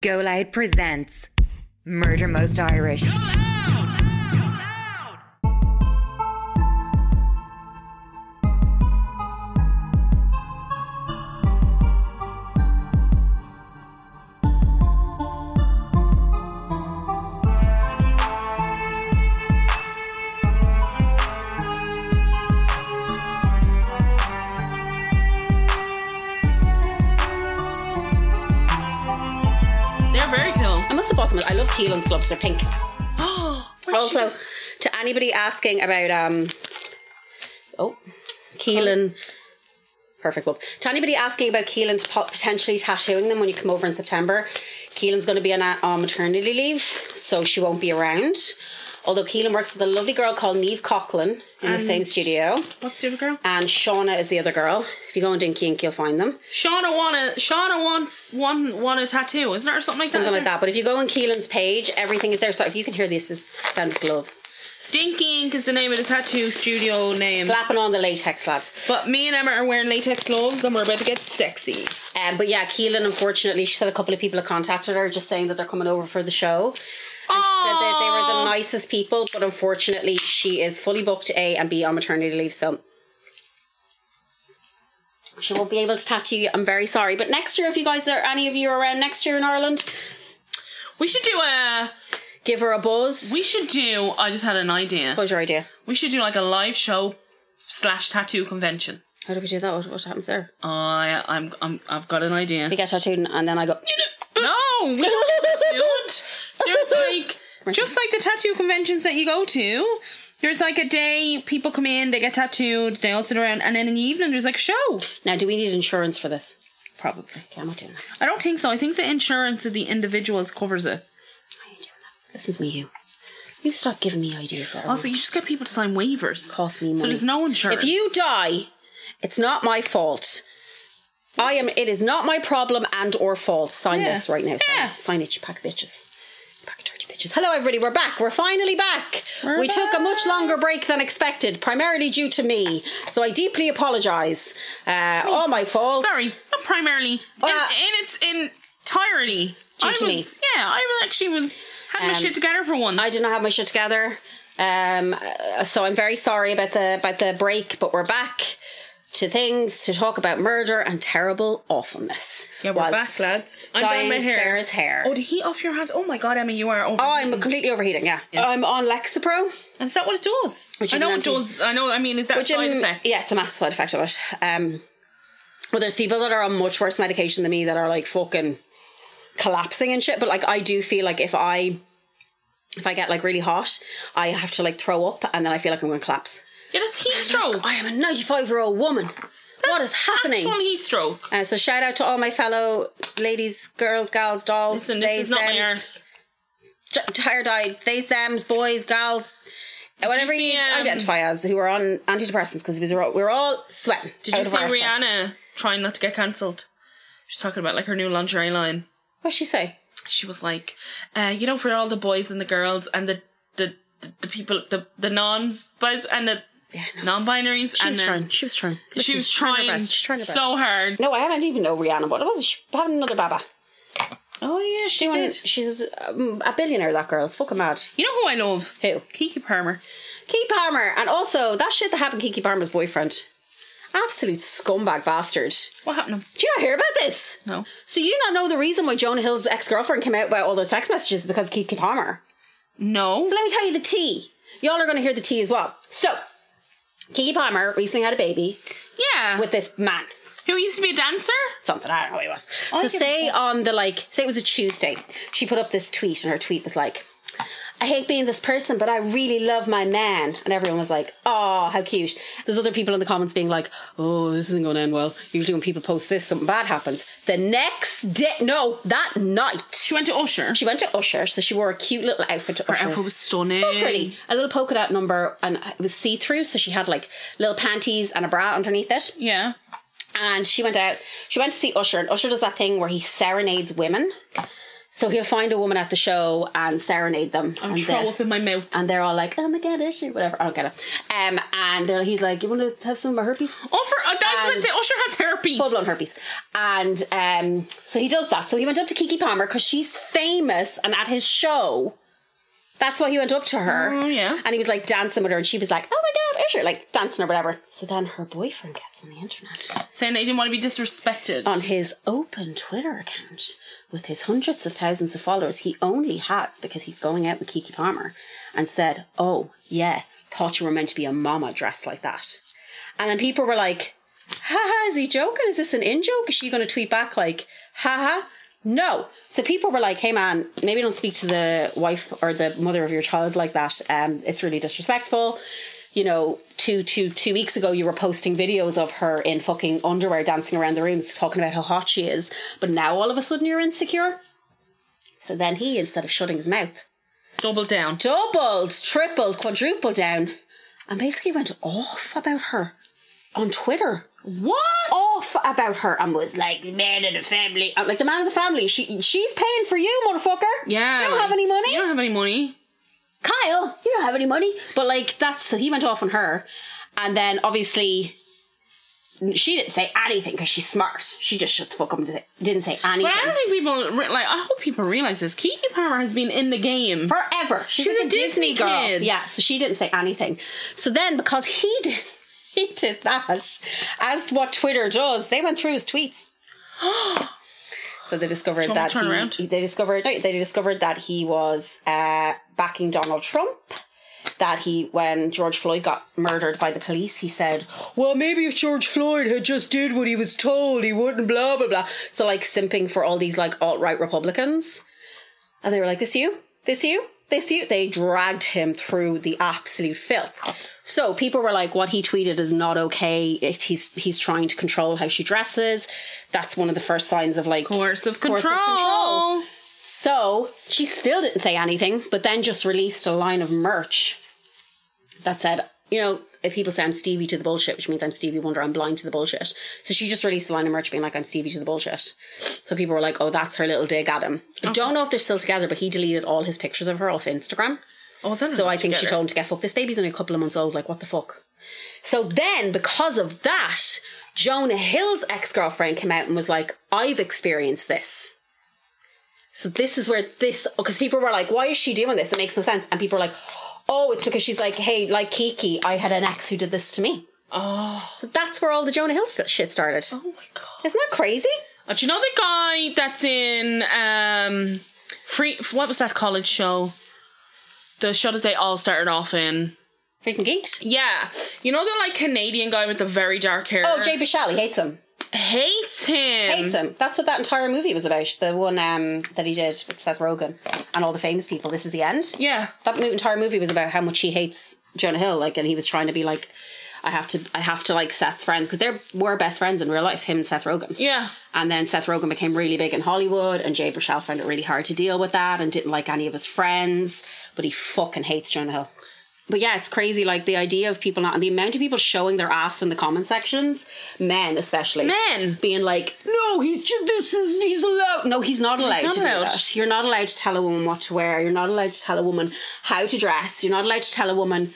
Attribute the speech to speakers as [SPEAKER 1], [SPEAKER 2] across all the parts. [SPEAKER 1] Go Loud presents Murder Most Irish.
[SPEAKER 2] They're very cool.
[SPEAKER 3] I must have bought them. I love Keelan's gloves. They're pink. also, to anybody asking about um, oh, Keelan, perfect glove. To anybody asking about Keelan po- potentially tattooing them when you come over in September, Keelan's going to be on, a- on maternity leave, so she won't be around. Although Keelan works with a lovely girl called Neve Coughlin in the same studio,
[SPEAKER 2] What's the other girl?
[SPEAKER 3] and Shauna is the other girl. If you go on Dinky Ink, you'll find them.
[SPEAKER 2] Shauna wanna Shauna wants one want a tattoo, isn't it, or something like
[SPEAKER 3] Something
[SPEAKER 2] that?
[SPEAKER 3] like that. But if you go on Keelan's page, everything is there. So if you can hear this, it's sound of gloves.
[SPEAKER 2] Dinky Ink is the name of the tattoo studio name.
[SPEAKER 3] Slapping on the latex, lads.
[SPEAKER 2] But me and Emma are wearing latex gloves and we're about to get sexy.
[SPEAKER 3] Um, but yeah, Keelan, unfortunately, she said a couple of people have contacted her just saying that they're coming over for the show. And she said that they were the
[SPEAKER 2] Aw.
[SPEAKER 3] nicest people, but unfortunately, she is fully booked A and B on maternity leave, so she won't be able to tattoo you. I'm very sorry. But next year, if you guys are any of you are around next year in Ireland,
[SPEAKER 2] We should do a
[SPEAKER 3] give her a buzz.
[SPEAKER 2] we should do I just had an idea.
[SPEAKER 3] what was your idea?
[SPEAKER 2] We should do like a live show slash tattoo convention.
[SPEAKER 3] How do we do that? What, what happens there?
[SPEAKER 2] Oh. I I'm, I'm I've got an idea.
[SPEAKER 3] We get tattooed and then I go.
[SPEAKER 2] No, we don't. There's like just like the tattoo conventions that you go to. There's like a day people come in, they get tattooed, they all sit around, and then in the evening there's like a show.
[SPEAKER 3] Now, do we need insurance for this?
[SPEAKER 2] Probably.
[SPEAKER 3] Okay, I'm not doing that.
[SPEAKER 2] I don't think so. I think the insurance of the individuals covers it.
[SPEAKER 3] I ain't doing that. Listen to me, you. You stop giving me ideas there.
[SPEAKER 2] Also, you just get people to sign waivers.
[SPEAKER 3] cost me money.
[SPEAKER 2] So there's no insurance.
[SPEAKER 3] If you die, it's not my fault. I am. It is not my problem and or fault. Sign
[SPEAKER 2] Yeah.
[SPEAKER 3] this right now. Sign,
[SPEAKER 2] Yeah.
[SPEAKER 3] sign it, you pack of bitches. You Pack of dirty bitches. Hello, everybody. We're back. We're finally back.
[SPEAKER 2] We're
[SPEAKER 3] we took a much
[SPEAKER 2] back.
[SPEAKER 3] longer break than expected, primarily due to me. So I deeply apologise. Uh, all my fault.
[SPEAKER 2] sorry, not primarily in,
[SPEAKER 3] Uh,
[SPEAKER 2] in its entirety.
[SPEAKER 3] Due
[SPEAKER 2] I
[SPEAKER 3] to me.
[SPEAKER 2] was yeah, I was- actually was had my
[SPEAKER 3] Um,
[SPEAKER 2] shit together for once.
[SPEAKER 3] I did not have my shit together. Um, uh, so I'm very sorry about the about the break, but we're back to things to talk about murder and terrible awfulness.
[SPEAKER 2] Yeah, we're back,
[SPEAKER 3] Whilst
[SPEAKER 2] lads. I'm
[SPEAKER 3] dyeing
[SPEAKER 2] dyeing my hair.
[SPEAKER 3] Sarah's hair.
[SPEAKER 2] Oh, the heat off your hands. Oh my god, Emma, you are over.
[SPEAKER 3] Oh, I'm completely overheating. Yeah. I'm on Lexapro,
[SPEAKER 2] And is that what it does?
[SPEAKER 3] Which
[SPEAKER 2] I
[SPEAKER 3] is
[SPEAKER 2] know
[SPEAKER 3] an
[SPEAKER 2] it
[SPEAKER 3] anti-
[SPEAKER 2] does. I know. I mean, is that a
[SPEAKER 3] which um,
[SPEAKER 2] side
[SPEAKER 3] I'm-
[SPEAKER 2] effect?
[SPEAKER 3] yeah, it's a massive side effect of it. Um, well, there's people that are on much worse medication than me that are like fucking collapsing and shit. But like, I do feel like if I if I get like really hot, I have to like throw up, and then I feel like I'm going to collapse.
[SPEAKER 2] Yeah, that's heat stroke.
[SPEAKER 3] I am a 95 year old woman. what is happening?
[SPEAKER 2] Actual heat stroke.
[SPEAKER 3] Uh, so shout out to all my fellow ladies, girls, gals, dolls,
[SPEAKER 2] Listen, this
[SPEAKER 3] theys,
[SPEAKER 2] is not my
[SPEAKER 3] thems,
[SPEAKER 2] arse.
[SPEAKER 3] j- tired eyed, theys, thems, boys, gals, whatever you,
[SPEAKER 2] see, um,
[SPEAKER 3] identify as, who are on antidepressants because we were all, we were all sweating.
[SPEAKER 2] Did you see Rihanna trying not to get cancelled? She's talking about like her new lingerie line.
[SPEAKER 3] What'd she say?
[SPEAKER 2] She was like, uh, you know, for all the boys and the girls and the the the, the people, the the nons, but and the non-binaries, and then
[SPEAKER 3] She was trying.
[SPEAKER 2] she was trying, so hard.
[SPEAKER 3] No, I don't even know Rihanna. What was it? She had another baba.
[SPEAKER 2] Oh yeah, she
[SPEAKER 3] Doing-
[SPEAKER 2] did.
[SPEAKER 3] She's um, a billionaire. That girl. It's fucking mad.
[SPEAKER 2] You know who I love?
[SPEAKER 3] Who?
[SPEAKER 2] Kiki Palmer.
[SPEAKER 3] Kiki Palmer, and also that shit that happened to Kiki Palmer's boyfriend. Absolute scumbag bastard.
[SPEAKER 2] What happened?
[SPEAKER 3] Do you not hear about this?
[SPEAKER 2] No.
[SPEAKER 3] So you not know the reason why Jonah Hill's ex-girlfriend came out about all those text messages because of Kiki Palmer.
[SPEAKER 2] No.
[SPEAKER 3] So let me tell you the tea. Y'all are going to hear the tea as well. So Kiki Palmer recently had a baby
[SPEAKER 2] Yeah.
[SPEAKER 3] with this man.
[SPEAKER 2] Who used to be a dancer?
[SPEAKER 3] Something I don't know who he was.
[SPEAKER 2] Oh, I
[SPEAKER 3] so
[SPEAKER 2] give a
[SPEAKER 3] say on the like, say it was a Tuesday. She put up this tweet, and her tweet was like. I hate being this person, but I really love my man. And everyone was like, oh, how cute. There's other people in the comments being like, oh, this isn't going to end well. Usually when people post this, something bad happens. The next day, no, that night,
[SPEAKER 2] She went to Usher.
[SPEAKER 3] she went to Usher, so she wore a cute little outfit to Usher.
[SPEAKER 2] outfit was stunning.
[SPEAKER 3] So pretty. A little polka dot number, and it was see through, so she had like little panties and a bra underneath it.
[SPEAKER 2] Yeah.
[SPEAKER 3] And she went out, she went to see Usher, and Usher does that thing where he serenades women. So he'll find a woman at the show and serenade them.
[SPEAKER 2] I'm
[SPEAKER 3] and
[SPEAKER 2] throw
[SPEAKER 3] they're-
[SPEAKER 2] up in my mouth.
[SPEAKER 3] and they're all like, "Oh my god, issue, whatever." I don't get it. Um, and they're- he's like, "You want to have some of my herpes?"
[SPEAKER 2] Oh, for uh, that's
[SPEAKER 3] And-
[SPEAKER 2] when Usher has herpes.
[SPEAKER 3] full blown herpes. And um, so he does that. So he went up to Kiki Palmer because she's famous and at his show. That's why he went up to her.
[SPEAKER 2] Oh, yeah.
[SPEAKER 3] And he was like dancing with her, and she was like, oh my God, Usher, like dancing or whatever. So then her boyfriend gets on the internet
[SPEAKER 2] Saying they didn't want to be disrespected.
[SPEAKER 3] on his open Twitter account with his hundreds of thousands of followers he only has because he's going out with Kiki Palmer and said, oh yeah, thought you were meant to be a mama dressed like that. And then people were like, haha, is he joking? Is this an in joke? Is she going to tweet back like, haha? No. So people were like, hey man, maybe don't speak to the wife or the mother of your child like that. Um, it's really disrespectful. You know, two, two, two weeks ago, you were posting videos of her in fucking underwear dancing around the rooms talking about how hot she is. But now all of a sudden you're insecure. So then he, instead of shutting his mouth,
[SPEAKER 2] Double down.
[SPEAKER 3] doubled, tripled, quadrupled down and basically went off about her on Twitter
[SPEAKER 2] What?
[SPEAKER 3] off about her and was like the man of the family. I'm like the man of the family. She she's paying for you, motherfucker.
[SPEAKER 2] Yeah.
[SPEAKER 3] You don't
[SPEAKER 2] like,
[SPEAKER 3] have any money.
[SPEAKER 2] You don't have any money.
[SPEAKER 3] Kyle, you don't have any money. But like that's so he went off on her, and then obviously. She didn't say anything because she's smart. She just shut the fuck up and didn't- didn't say anything.
[SPEAKER 2] But I don't think people re- like. I hope people realize this. Kiki Palmer has been in the game.
[SPEAKER 3] forever. She's,
[SPEAKER 2] She's
[SPEAKER 3] like
[SPEAKER 2] a
[SPEAKER 3] a,
[SPEAKER 2] Disney
[SPEAKER 3] Disney, girl.
[SPEAKER 2] kid.
[SPEAKER 3] Yeah, so she didn't say anything. So then, because he did, he did that, as what Twitter does, they went through his tweets. so they discovered
[SPEAKER 2] Trump
[SPEAKER 3] that
[SPEAKER 2] turnaround.
[SPEAKER 3] he, they discovered no, they discovered that he was uh, backing Donald Trump. That he, when George Floyd got murdered by the police, he said, "Well, maybe if George Floyd had just did what he was told, he wouldn't." Blah blah blah. So like simping for all these like alt right Republicans. And they were like, this you? This you? This you? They dragged him through the absolute filth. So people were like, what he tweeted is not okay. If he's he's trying to control how she dresses. That's one of the first signs of like
[SPEAKER 2] Course of control. Oh,
[SPEAKER 3] Course of control. So she still didn't say anything, but then just released a line of merch that said, you know, if people say I'm Stevie to the bullshit, which means I'm Stevie Wonder, I'm blind to the bullshit. So she just released a line of merch being like, I'm Stevie to the bullshit. So people were like, oh, that's her little dig at him. I don't know if they're still together, but he deleted all his pictures of her off Instagram.
[SPEAKER 2] Oh, that's
[SPEAKER 3] So I think she told him to get fucked. This baby's only a couple of months old. Like, what the fuck? So then, because of that, Jonah Hill's ex girlfriend came out and was like, I've experienced this. So this is where this, because people were like, why is she doing this? It makes no sense. And people were like, oh, it's because she's like, hey, like Kiki, I had an ex who did this to me.
[SPEAKER 2] Oh,
[SPEAKER 3] So that's where all the Jonah Hill st- shit started.
[SPEAKER 2] oh my god.
[SPEAKER 3] Isn't that crazy?
[SPEAKER 2] And do you know the guy that's in um free? What was that college show? The show that they all started off in.
[SPEAKER 3] Freaking geeks.
[SPEAKER 2] Yeah, you know the like Canadian guy with the very dark hair.
[SPEAKER 3] Oh, Jay Bishali hates him.
[SPEAKER 2] hates him.
[SPEAKER 3] hates him. That's what that entire movie was about. The one um, that he did with Seth Rogen and all the famous people. This is the end.
[SPEAKER 2] Yeah,
[SPEAKER 3] That mo- entire movie was about how much he hates Jonah Hill. Like, and he was trying to be like, I have to, I have to like Seth's friends because they were best friends in real life. Him and Seth Rogen.
[SPEAKER 2] yeah.
[SPEAKER 3] And then Seth Rogen became really big in Hollywood, and Jay Baruchel found it really hard to deal with that, and didn't like any of his friends. But he fucking hates Jonah Hill. But yeah, it's crazy. Like the idea of people not, and the amount of people showing their ass in the comment sections, men especially,
[SPEAKER 2] Men.
[SPEAKER 3] being like, "No, he's ju- this is he's allowed." No, he's not allowed
[SPEAKER 2] not
[SPEAKER 3] to
[SPEAKER 2] allowed.
[SPEAKER 3] do that. You're not allowed to tell a woman what to wear. You're not allowed to tell a woman how to dress. You're not allowed to tell a woman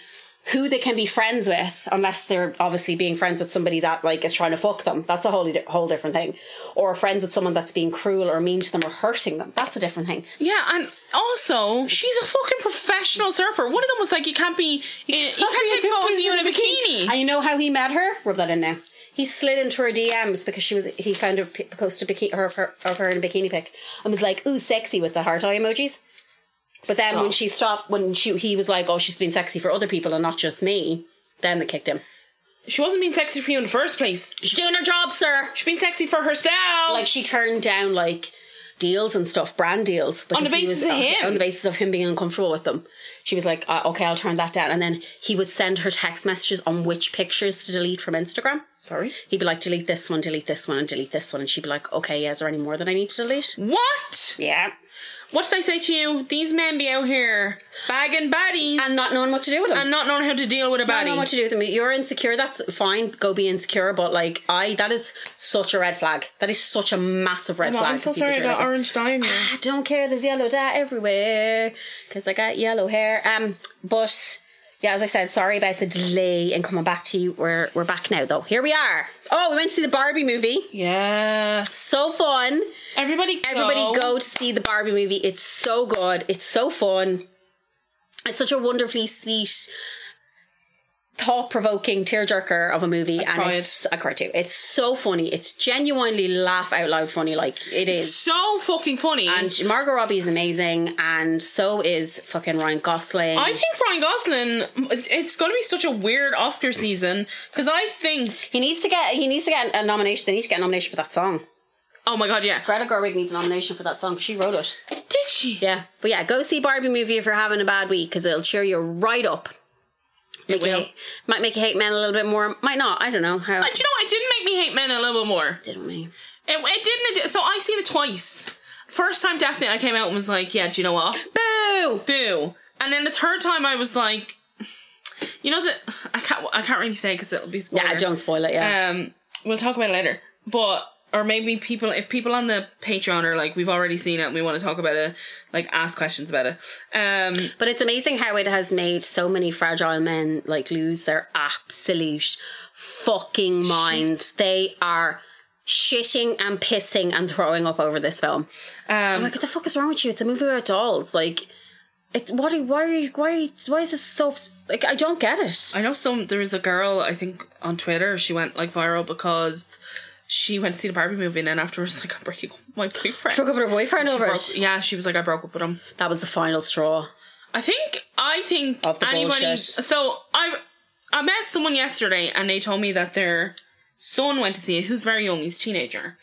[SPEAKER 3] who they can be friends with, unless they're obviously being friends with somebody that like is trying to fuck them. That's a whole di- whole different thing. Or friends with someone that's being cruel or mean to them or hurting them. That's a different thing.
[SPEAKER 2] Yeah, and also she's a fucking professional surfer. One of them was like, "You can't be, you, you can't take photos of you in a bikini."
[SPEAKER 3] And you know how he met her? Rub that in now. He slid into her DMs because she was he found her p- posted bikini her, of her of her in a bikini pic and was like, "Ooh, sexy" with the heart eye emojis. But then when
[SPEAKER 2] Stop.
[SPEAKER 3] she stopped, when she he was like, "Oh, she's been sexy for other people and not just me," then it kicked him.
[SPEAKER 2] She wasn't being sexy for you in the first place.
[SPEAKER 3] She's doing her job, sir.
[SPEAKER 2] She's being sexy for herself.
[SPEAKER 3] Like she turned down like deals and stuff, brand deals, because
[SPEAKER 2] On the
[SPEAKER 3] he
[SPEAKER 2] basis of him.
[SPEAKER 3] on the basis of him being uncomfortable with them. She was like, uh, "Okay, I'll turn that down," and then he would send her text messages on which pictures to delete from Instagram.
[SPEAKER 2] sorry,
[SPEAKER 3] He'd be like, delete this one, delete this one, and delete this one. And she'd be like, okay, yeah, is there any more that I need to delete?
[SPEAKER 2] what?
[SPEAKER 3] Yeah.
[SPEAKER 2] what did I say to you? These men be out here bagging baddies and,
[SPEAKER 3] and not knowing what to do with them.
[SPEAKER 2] not knowing how to deal with a
[SPEAKER 3] I
[SPEAKER 2] baddie.
[SPEAKER 3] don't know what to do with them. You're insecure. That's fine. Go be insecure. But like, I that is such a red flag. That is such a massive red
[SPEAKER 2] Well,
[SPEAKER 3] flag.
[SPEAKER 2] I'm so
[SPEAKER 3] to people
[SPEAKER 2] sorry I
[SPEAKER 3] to
[SPEAKER 2] got
[SPEAKER 3] realise.
[SPEAKER 2] orange dye in here.
[SPEAKER 3] I don't care. There's yellow dye everywhere because I got yellow hair. Um, but yeah, as I said, sorry about the delay in coming back to you. We're we're back now though. Here we are. Oh, we went to see the Barbie movie.
[SPEAKER 2] Yes.
[SPEAKER 3] So fun.
[SPEAKER 2] Everybody go.
[SPEAKER 3] Everybody go to see the Barbie movie. It's so good. It's so fun. It's such a wonderfully sweet, thought provoking tearjerker of a movie. and
[SPEAKER 2] cried.
[SPEAKER 3] it's I cried too. It's so funny. It's genuinely laugh out loud funny. Like it is.
[SPEAKER 2] So fucking funny.
[SPEAKER 3] And Margot Robbie is amazing, and so is fucking Ryan Gosling.
[SPEAKER 2] I think Ryan Gosling, it's- it's going to be such a weird Oscar season because I think,
[SPEAKER 3] he needs to get he needs to get a nomination. They need to get a nomination for that song.
[SPEAKER 2] oh my god, yeah.
[SPEAKER 3] Greta Gerwig needs a nomination for that song. She wrote it.
[SPEAKER 2] Did she?
[SPEAKER 3] Yeah, but yeah, go see Barbie movie if you're having a bad week because it'll cheer you right up. Make you
[SPEAKER 2] will.
[SPEAKER 3] hate- might make you hate men a little bit more. Might not. I don't know how.
[SPEAKER 2] Uh, Do you know what? It didn't make me hate men a little bit more.
[SPEAKER 3] didn't we?
[SPEAKER 2] It, it didn't. It did- So I seen it twice. First time, definitely, I came out and was like, yeah, do you know what?
[SPEAKER 3] Boo!
[SPEAKER 2] Boo. And then the third time, I was like, you know that I can't. I can't really say because it'll be spoiler.
[SPEAKER 3] Yeah, don't spoil it. Yeah,
[SPEAKER 2] Um, we'll talk about it later. But or maybe people, if people on the Patreon are like, we've already seen it and we want to talk about it, like ask questions about it. Um,
[SPEAKER 3] but it's amazing how it has made so many fragile men like lose their absolute fucking minds. They are shitting and pissing and throwing up over this film. I'm
[SPEAKER 2] um,
[SPEAKER 3] like, what the fuck is wrong with you? It's a movie about dolls. Like, it, what? Are, why? Are you, why? Why is this so? Like, I don't get it.
[SPEAKER 2] I know some. There was a girl I think on Twitter. She went like viral because she went to see the Barbie movie and then afterwards like I'm breaking up with my boyfriend.
[SPEAKER 3] Broke up with her boyfriend over
[SPEAKER 2] Broke-
[SPEAKER 3] it.
[SPEAKER 2] yeah, she was like I broke up with him.
[SPEAKER 3] That was the final straw.
[SPEAKER 2] I think I think
[SPEAKER 3] Of the
[SPEAKER 2] anybody.
[SPEAKER 3] bullshit.
[SPEAKER 2] So I I met someone yesterday and they told me that their son went to see it. Who's very young, he's a teenager,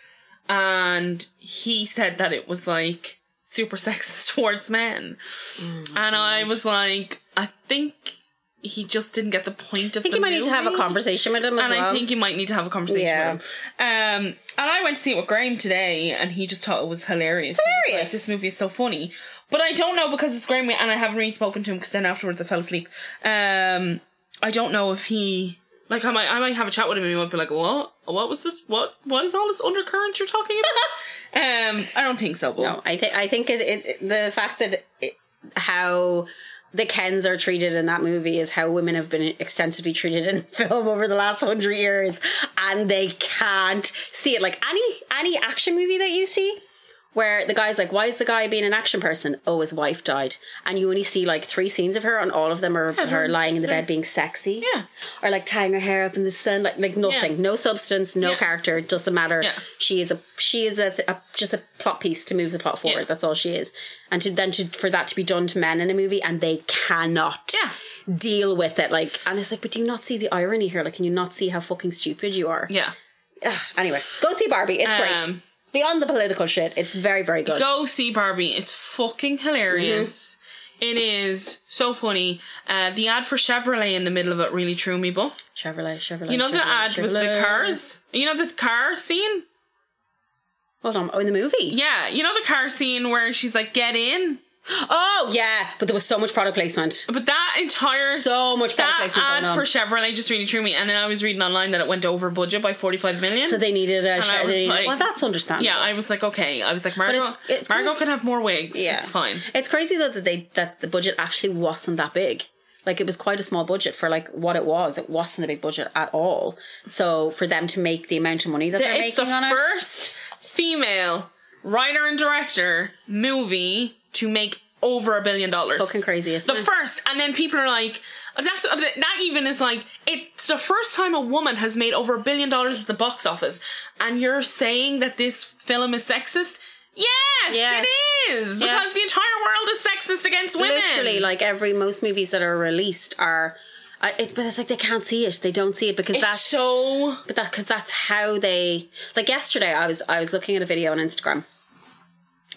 [SPEAKER 2] and he said that it was like super sexist towards men,
[SPEAKER 3] Mm,
[SPEAKER 2] and I was like, I think he just didn't get the point of.
[SPEAKER 3] I think you might need to have a conversation with him as
[SPEAKER 2] And
[SPEAKER 3] well.
[SPEAKER 2] I think you might need to have a conversation
[SPEAKER 3] um, Yeah.
[SPEAKER 2] with him. Um, and I went to see it with Graham today, and he just thought it was hilarious. He was like,
[SPEAKER 3] Hilarious.
[SPEAKER 2] this movie is so funny. But I don't know because it's Graham, and I haven't really spoken to him because then afterwards I fell asleep. Um, I don't know if he like I might I might have a chat with him, and he might be like, "What? What was this? What? What is all this undercurrent you're talking about?" um, I don't think so. But
[SPEAKER 3] no, I think I think it, it, the fact that it, how the Kens are treated in that movie is how women have been extensively treated in film over the last hundred years, and they can't see it. Like any any action movie that you see. Where the guy's like, why is the guy being an action person? Oh, his wife died. And you only see like three scenes of her, and all of them are her
[SPEAKER 2] they're-
[SPEAKER 3] lying in the bed being sexy.
[SPEAKER 2] Yeah.
[SPEAKER 3] or like tying her hair up in the sun, like like nothing,
[SPEAKER 2] Yeah.
[SPEAKER 3] no substance, no
[SPEAKER 2] Yeah.
[SPEAKER 3] character. It doesn't matter.
[SPEAKER 2] Yeah.
[SPEAKER 3] She is a she is a, th- a just a plot piece to move the plot forward.
[SPEAKER 2] Yeah.
[SPEAKER 3] That's all she is. And to then to for that to be done to men in a movie, and they cannot
[SPEAKER 2] Yeah.
[SPEAKER 3] deal with it. Like, and it's like, but do you not see the irony here? Like, can you not see how fucking stupid you are?
[SPEAKER 2] yeah.
[SPEAKER 3] Ugh. Anyway, go see Barbie. It's great.
[SPEAKER 2] Um,
[SPEAKER 3] Beyond the political shit, it's very very good.
[SPEAKER 2] Go see Barbie. It's fucking hilarious.
[SPEAKER 3] Mm-hmm.
[SPEAKER 2] It is so funny. Uh, the ad for Chevrolet in the middle of it really threw me, but
[SPEAKER 3] Chevrolet, Chevrolet.
[SPEAKER 2] you know the
[SPEAKER 3] Chevrolet,
[SPEAKER 2] ad with the
[SPEAKER 3] Chevrolet.
[SPEAKER 2] cars. You know the car scene.
[SPEAKER 3] Hold on. Oh, in the movie.
[SPEAKER 2] Yeah, you know the car scene where she's like, "Get in,"
[SPEAKER 3] Oh yeah, but there was so much product placement.
[SPEAKER 2] but that entire
[SPEAKER 3] So much product
[SPEAKER 2] that
[SPEAKER 3] placement going
[SPEAKER 2] ad
[SPEAKER 3] on.
[SPEAKER 2] for Chevrolet just really threw me. And then I was reading online that it went over budget by forty five million.
[SPEAKER 3] So they needed a.
[SPEAKER 2] I
[SPEAKER 3] Sh-
[SPEAKER 2] was
[SPEAKER 3] they needed,
[SPEAKER 2] like-
[SPEAKER 3] well, that's understandable.
[SPEAKER 2] yeah, I was like, okay. I was like, Margot,
[SPEAKER 3] it's- it's
[SPEAKER 2] Margot
[SPEAKER 3] cool.
[SPEAKER 2] can have more wigs.
[SPEAKER 3] Yeah.
[SPEAKER 2] it's fine.
[SPEAKER 3] It's crazy though that they that the budget actually wasn't that big. Like it was quite a small budget for like what it was. It wasn't a big budget at all. So for them to make the amount of money that they're
[SPEAKER 2] it's the
[SPEAKER 3] making on it,
[SPEAKER 2] first female writer and director movie to make over a billion dollars.
[SPEAKER 3] fucking crazy, isn't
[SPEAKER 2] the
[SPEAKER 3] it?
[SPEAKER 2] first, and then people are like, "That's that." Even is like, it's the first time a woman has made over a billion dollars at the box office, and you're saying that this film is sexist. Yes,
[SPEAKER 3] Yes.
[SPEAKER 2] it is
[SPEAKER 3] Yeah.
[SPEAKER 2] because the entire world is sexist against women.
[SPEAKER 3] literally like every most movies that are released are. I, it, but it's like they can't see it. They don't see it because
[SPEAKER 2] it's
[SPEAKER 3] that's
[SPEAKER 2] so
[SPEAKER 3] but that because that's how they like yesterday i was i was looking at a video on instagram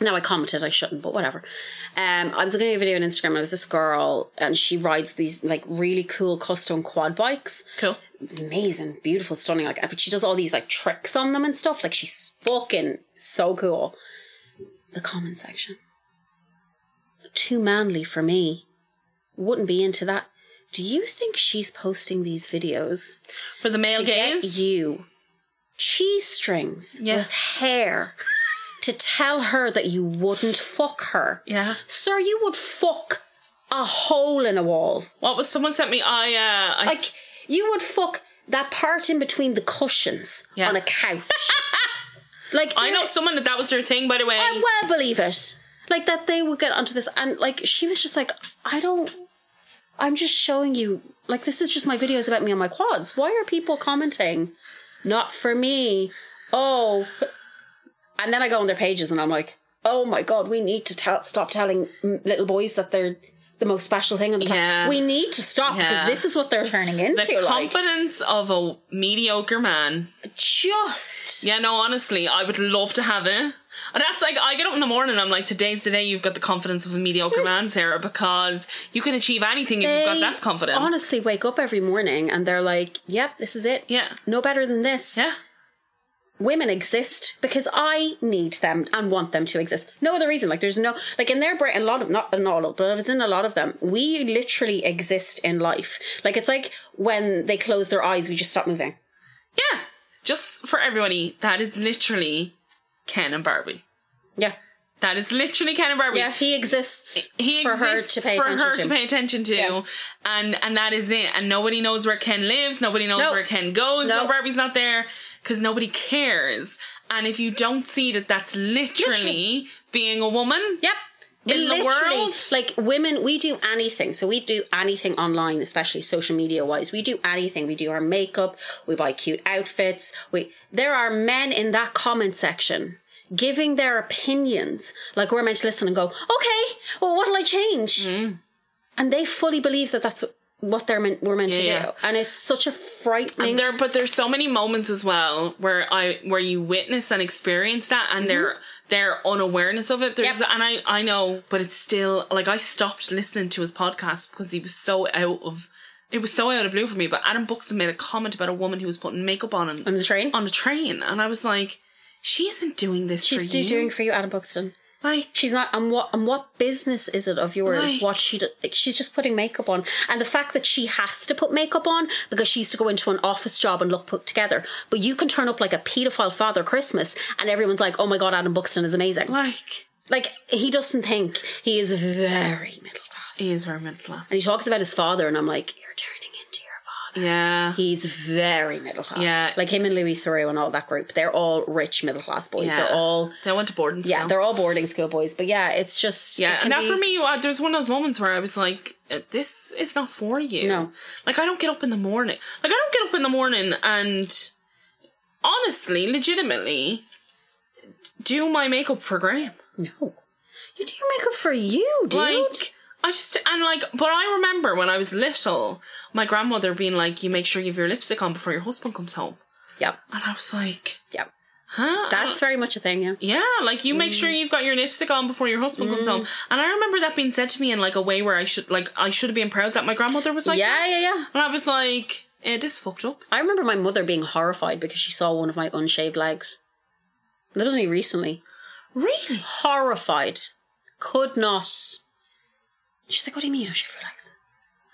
[SPEAKER 3] now i commented i shouldn't but whatever um i was looking at a video on instagram and it was this girl and she rides these like really cool custom quad bikes
[SPEAKER 2] cool.
[SPEAKER 3] amazing beautiful stunning like but she does all these like tricks on them and stuff like she's fucking so cool the comment section too manly for me. Wouldn't be into that. Do you think she's posting these videos
[SPEAKER 2] For the male
[SPEAKER 3] to get
[SPEAKER 2] gaze?
[SPEAKER 3] you cheese strings
[SPEAKER 2] Yeah.
[SPEAKER 3] with hair to tell her that you wouldn't fuck her?
[SPEAKER 2] yeah.
[SPEAKER 3] Sir, you would fuck a hole in a wall.
[SPEAKER 2] What was someone sent me? I uh, I,
[SPEAKER 3] Like you would fuck that part in between the cushions
[SPEAKER 2] Yeah.
[SPEAKER 3] on a couch. like
[SPEAKER 2] I know
[SPEAKER 3] there-
[SPEAKER 2] someone that that was their thing. By the way,
[SPEAKER 3] I well believe it. Like that they would get onto this and like she was just like, I don't I'm just showing you like this is just my videos about me on my quads. Why are people commenting? Not for me. Oh and then I go on their pages and I'm like, oh my god, we need to tell stop telling mm, little boys that they're the most special thing on the planet.
[SPEAKER 2] Yeah.
[SPEAKER 3] We need to stop
[SPEAKER 2] Yeah.
[SPEAKER 3] because this is what they're turning into.
[SPEAKER 2] the
[SPEAKER 3] like,
[SPEAKER 2] confidence of a mediocre man.
[SPEAKER 3] just
[SPEAKER 2] Yeah, no, honestly, I would love to have it. And that's like, I get up in the morning and I'm like, today's the day you've got the confidence of a mediocre man, Sarah, because you can achieve anything if you've got
[SPEAKER 3] Hmm. they
[SPEAKER 2] that confidence.
[SPEAKER 3] Honestly, wake up every morning and they're like, "Yep, this is it.
[SPEAKER 2] Yeah.
[SPEAKER 3] no better than this.
[SPEAKER 2] Yeah.
[SPEAKER 3] Women exist because I need them and want them to exist. No other reason. Like there's no like in their brain. A lot of not in all of, but it's in a lot of them. We literally exist in life. Like it's like when they close their eyes, we just stop moving.
[SPEAKER 2] Yeah. Just for everybody, that is literally Ken and Barbie.
[SPEAKER 3] Yeah,
[SPEAKER 2] That is literally Ken and Barbie.
[SPEAKER 3] yeah. He exists.
[SPEAKER 2] He
[SPEAKER 3] for
[SPEAKER 2] exists
[SPEAKER 3] her to pay
[SPEAKER 2] for
[SPEAKER 3] attention
[SPEAKER 2] her
[SPEAKER 3] to.
[SPEAKER 2] to pay attention to,
[SPEAKER 3] Yeah.
[SPEAKER 2] and and that is it. And nobody knows where Ken lives. Nobody knows
[SPEAKER 3] Nope.
[SPEAKER 2] where Ken goes. No
[SPEAKER 3] Nope.
[SPEAKER 2] Barbie's not there because nobody cares. And if you don't see that, that's literally,
[SPEAKER 3] Literally.
[SPEAKER 2] being a woman.
[SPEAKER 3] Yep.
[SPEAKER 2] In the
[SPEAKER 3] Literally,
[SPEAKER 2] world?
[SPEAKER 3] Like women, we do anything. So we do anything online, especially social media wise. We do anything. We do our makeup, we buy cute outfits. We there are men in that comment section giving their opinions. Like we're meant to listen and go, okay, well what'll I change?
[SPEAKER 2] Mm.
[SPEAKER 3] And they fully believe that that's what they're meant we're meant to
[SPEAKER 2] Yeah, yeah.
[SPEAKER 3] do. And it's such a frightening
[SPEAKER 2] And there, but there's so many moments as well where I where you witness and experience that, and their their unawareness of it. There's
[SPEAKER 3] Mm-hmm. Yep.
[SPEAKER 2] and I I know, but it's still like I stopped listening to his podcast because he was so out of it was so out of blue for me. But Adam Buxton made a comment about a woman who was putting makeup on and
[SPEAKER 3] on the train.
[SPEAKER 2] on a train, and I was like, she isn't doing this.
[SPEAKER 3] She's
[SPEAKER 2] for
[SPEAKER 3] do
[SPEAKER 2] you.
[SPEAKER 3] doing for you, Adam Buxton.
[SPEAKER 2] like
[SPEAKER 3] She's not. And what? And what business is it of yours?
[SPEAKER 2] Like-
[SPEAKER 3] what she? Do, like, she's just putting makeup on, and the fact that she has to put makeup on because she used to go into an office job and look put together. But you can turn up like a paedophile father Christmas, and everyone's like, "Oh my god, Adam Buxton is amazing."
[SPEAKER 2] like
[SPEAKER 3] Like he doesn't think he is very middle class,
[SPEAKER 2] he is very middle class.
[SPEAKER 3] and he talks about his father, and I'm like, "You're turning into your father."
[SPEAKER 2] Yeah,
[SPEAKER 3] He's very middle class.
[SPEAKER 2] Yeah.
[SPEAKER 3] like him and Louis Theroux and all that group. They're all rich middle class boys.
[SPEAKER 2] Yeah.
[SPEAKER 3] They're all.
[SPEAKER 2] they went to boarding school.
[SPEAKER 3] Yeah, they're all boarding school boys, but yeah, it's just it
[SPEAKER 2] Yeah, and
[SPEAKER 3] can
[SPEAKER 2] that
[SPEAKER 3] be-
[SPEAKER 2] for me, uh, there's one of those moments where I was like, uh, "This is not for you."
[SPEAKER 3] No.
[SPEAKER 2] like I don't get up in the morning. Like I don't get up in the morning and honestly, legitimately, do my makeup for Graham.
[SPEAKER 3] No. You do your makeup for you, dude.
[SPEAKER 2] Like I just and like, but I remember when I was little, my grandmother being like, "You make sure you have your lipstick on before your husband comes home,"
[SPEAKER 3] yep,
[SPEAKER 2] and I was like,
[SPEAKER 3] yep.
[SPEAKER 2] "Huh?"
[SPEAKER 3] That's very much a thing, yeah.
[SPEAKER 2] Yeah, like you make
[SPEAKER 3] Mm.
[SPEAKER 2] sure you've got your lipstick on before your husband comes home. And I remember that being said to me in like a way where I should like I should have been proud that my grandmother was like
[SPEAKER 3] yeah,
[SPEAKER 2] that.
[SPEAKER 3] yeah, yeah.
[SPEAKER 2] And I was like, eh, this fucked up.
[SPEAKER 3] I remember my mother being horrified because she saw one of my unshaved legs. That was only recently.
[SPEAKER 2] Really?
[SPEAKER 3] Horrified. Could not. She's like, what do you mean you don't shave your legs?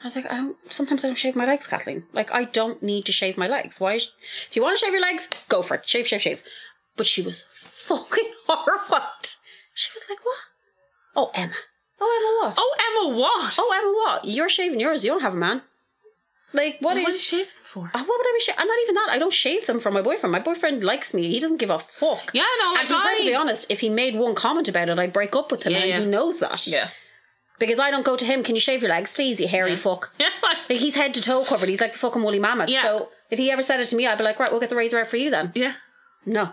[SPEAKER 3] I was like, I don't, sometimes I don't shave my legs, Kathleen. Like, I don't need to shave my legs. Why? Is, if you want to shave your legs, go for it. Shave, shave, shave. But she was fucking horrified. She was like, what? Oh, Emma. Oh, Emma, what?
[SPEAKER 2] Oh Emma what?
[SPEAKER 3] Oh, Emma, what? You're shaving yours. You don't have a man. Like, what
[SPEAKER 2] what
[SPEAKER 3] is?
[SPEAKER 2] is she for?
[SPEAKER 3] Uh, what would I be shaving? Not even that. I don't shave them for my boyfriend. My boyfriend likes me. He doesn't give a fuck.
[SPEAKER 2] yeah, no,
[SPEAKER 3] And
[SPEAKER 2] like
[SPEAKER 3] to be perfectly
[SPEAKER 2] I,
[SPEAKER 3] honest, if he made one comment about it, I'd break up with him,
[SPEAKER 2] Yeah,
[SPEAKER 3] and
[SPEAKER 2] yeah.
[SPEAKER 3] he knows that.
[SPEAKER 2] Yeah.
[SPEAKER 3] Because I don't go to him. Can you shave your legs, please? You hairy fuck.
[SPEAKER 2] Yeah, like
[SPEAKER 3] Like he's head to toe covered. He's like the fucking woolly mammoth.
[SPEAKER 2] Yeah.
[SPEAKER 3] So if he ever said it to me, I'd be like, right, we'll get the razor out for you then.
[SPEAKER 2] Yeah.
[SPEAKER 3] No.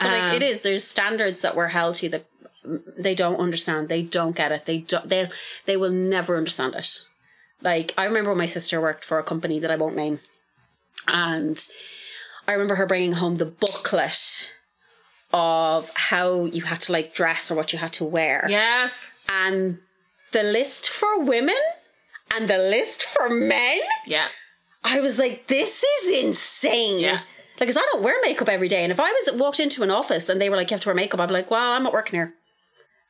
[SPEAKER 3] But
[SPEAKER 2] Um,
[SPEAKER 3] like it is. There's standards that we're held to that mm, they don't understand. They don't get it. They don't. They they will never understand it. Like I remember when my sister worked for a company that I won't name, and I remember her bringing home the booklet of how you had to like dress or what you had to wear,
[SPEAKER 2] Yes.
[SPEAKER 3] and the list for women and the list for men.
[SPEAKER 2] Yeah.
[SPEAKER 3] I was like, this is insane.
[SPEAKER 2] Yeah.
[SPEAKER 3] Like, cause I don't wear makeup every day, and if I was walked into an office and they were like, "You have to wear makeup," I'd be like, "Well, I'm not working here."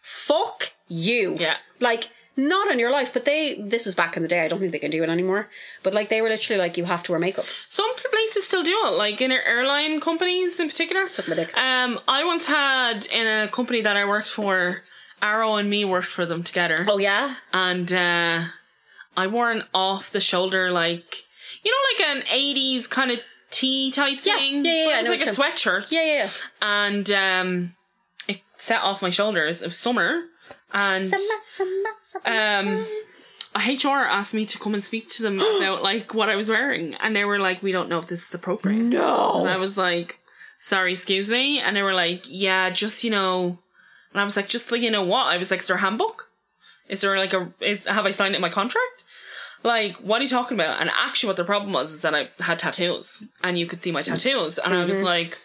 [SPEAKER 3] Fuck you.
[SPEAKER 2] Yeah.
[SPEAKER 3] Like, not in your life, but they, this is back in the day. I don't think they can do it anymore. But like, they were literally like, you have to wear makeup.
[SPEAKER 2] Some places still do it, like in airline companies in particular.
[SPEAKER 3] Suck my dick.
[SPEAKER 2] Um, I once had in a company that I worked for, Arrow and me worked for them together,
[SPEAKER 3] Oh, yeah?
[SPEAKER 2] and uh, I wore an off the shoulder, like you know, like an '80s kind of tee type
[SPEAKER 3] Yeah,
[SPEAKER 2] thing.
[SPEAKER 3] yeah, yeah,
[SPEAKER 2] but
[SPEAKER 3] I
[SPEAKER 2] it was
[SPEAKER 3] know
[SPEAKER 2] like a
[SPEAKER 3] what you're-
[SPEAKER 2] sweatshirt.
[SPEAKER 3] Yeah, yeah, yeah.
[SPEAKER 2] and um, it set off my shoulders. It was summer, and um, a HR asked me to come and speak to them about like what I was wearing, and they were like, "We don't know if this is appropriate."
[SPEAKER 3] No.
[SPEAKER 2] And I was like, "Sorry, excuse me," and they were like, "Yeah, just you know," and I was like, "Just like you know what?" I was like, "Is there a handbook? Is there like a is have I signed it in my contract?" Like, what are you talking about? And actually, what the problem was is that I had tattoos, and you could see my tattoos, and I was like,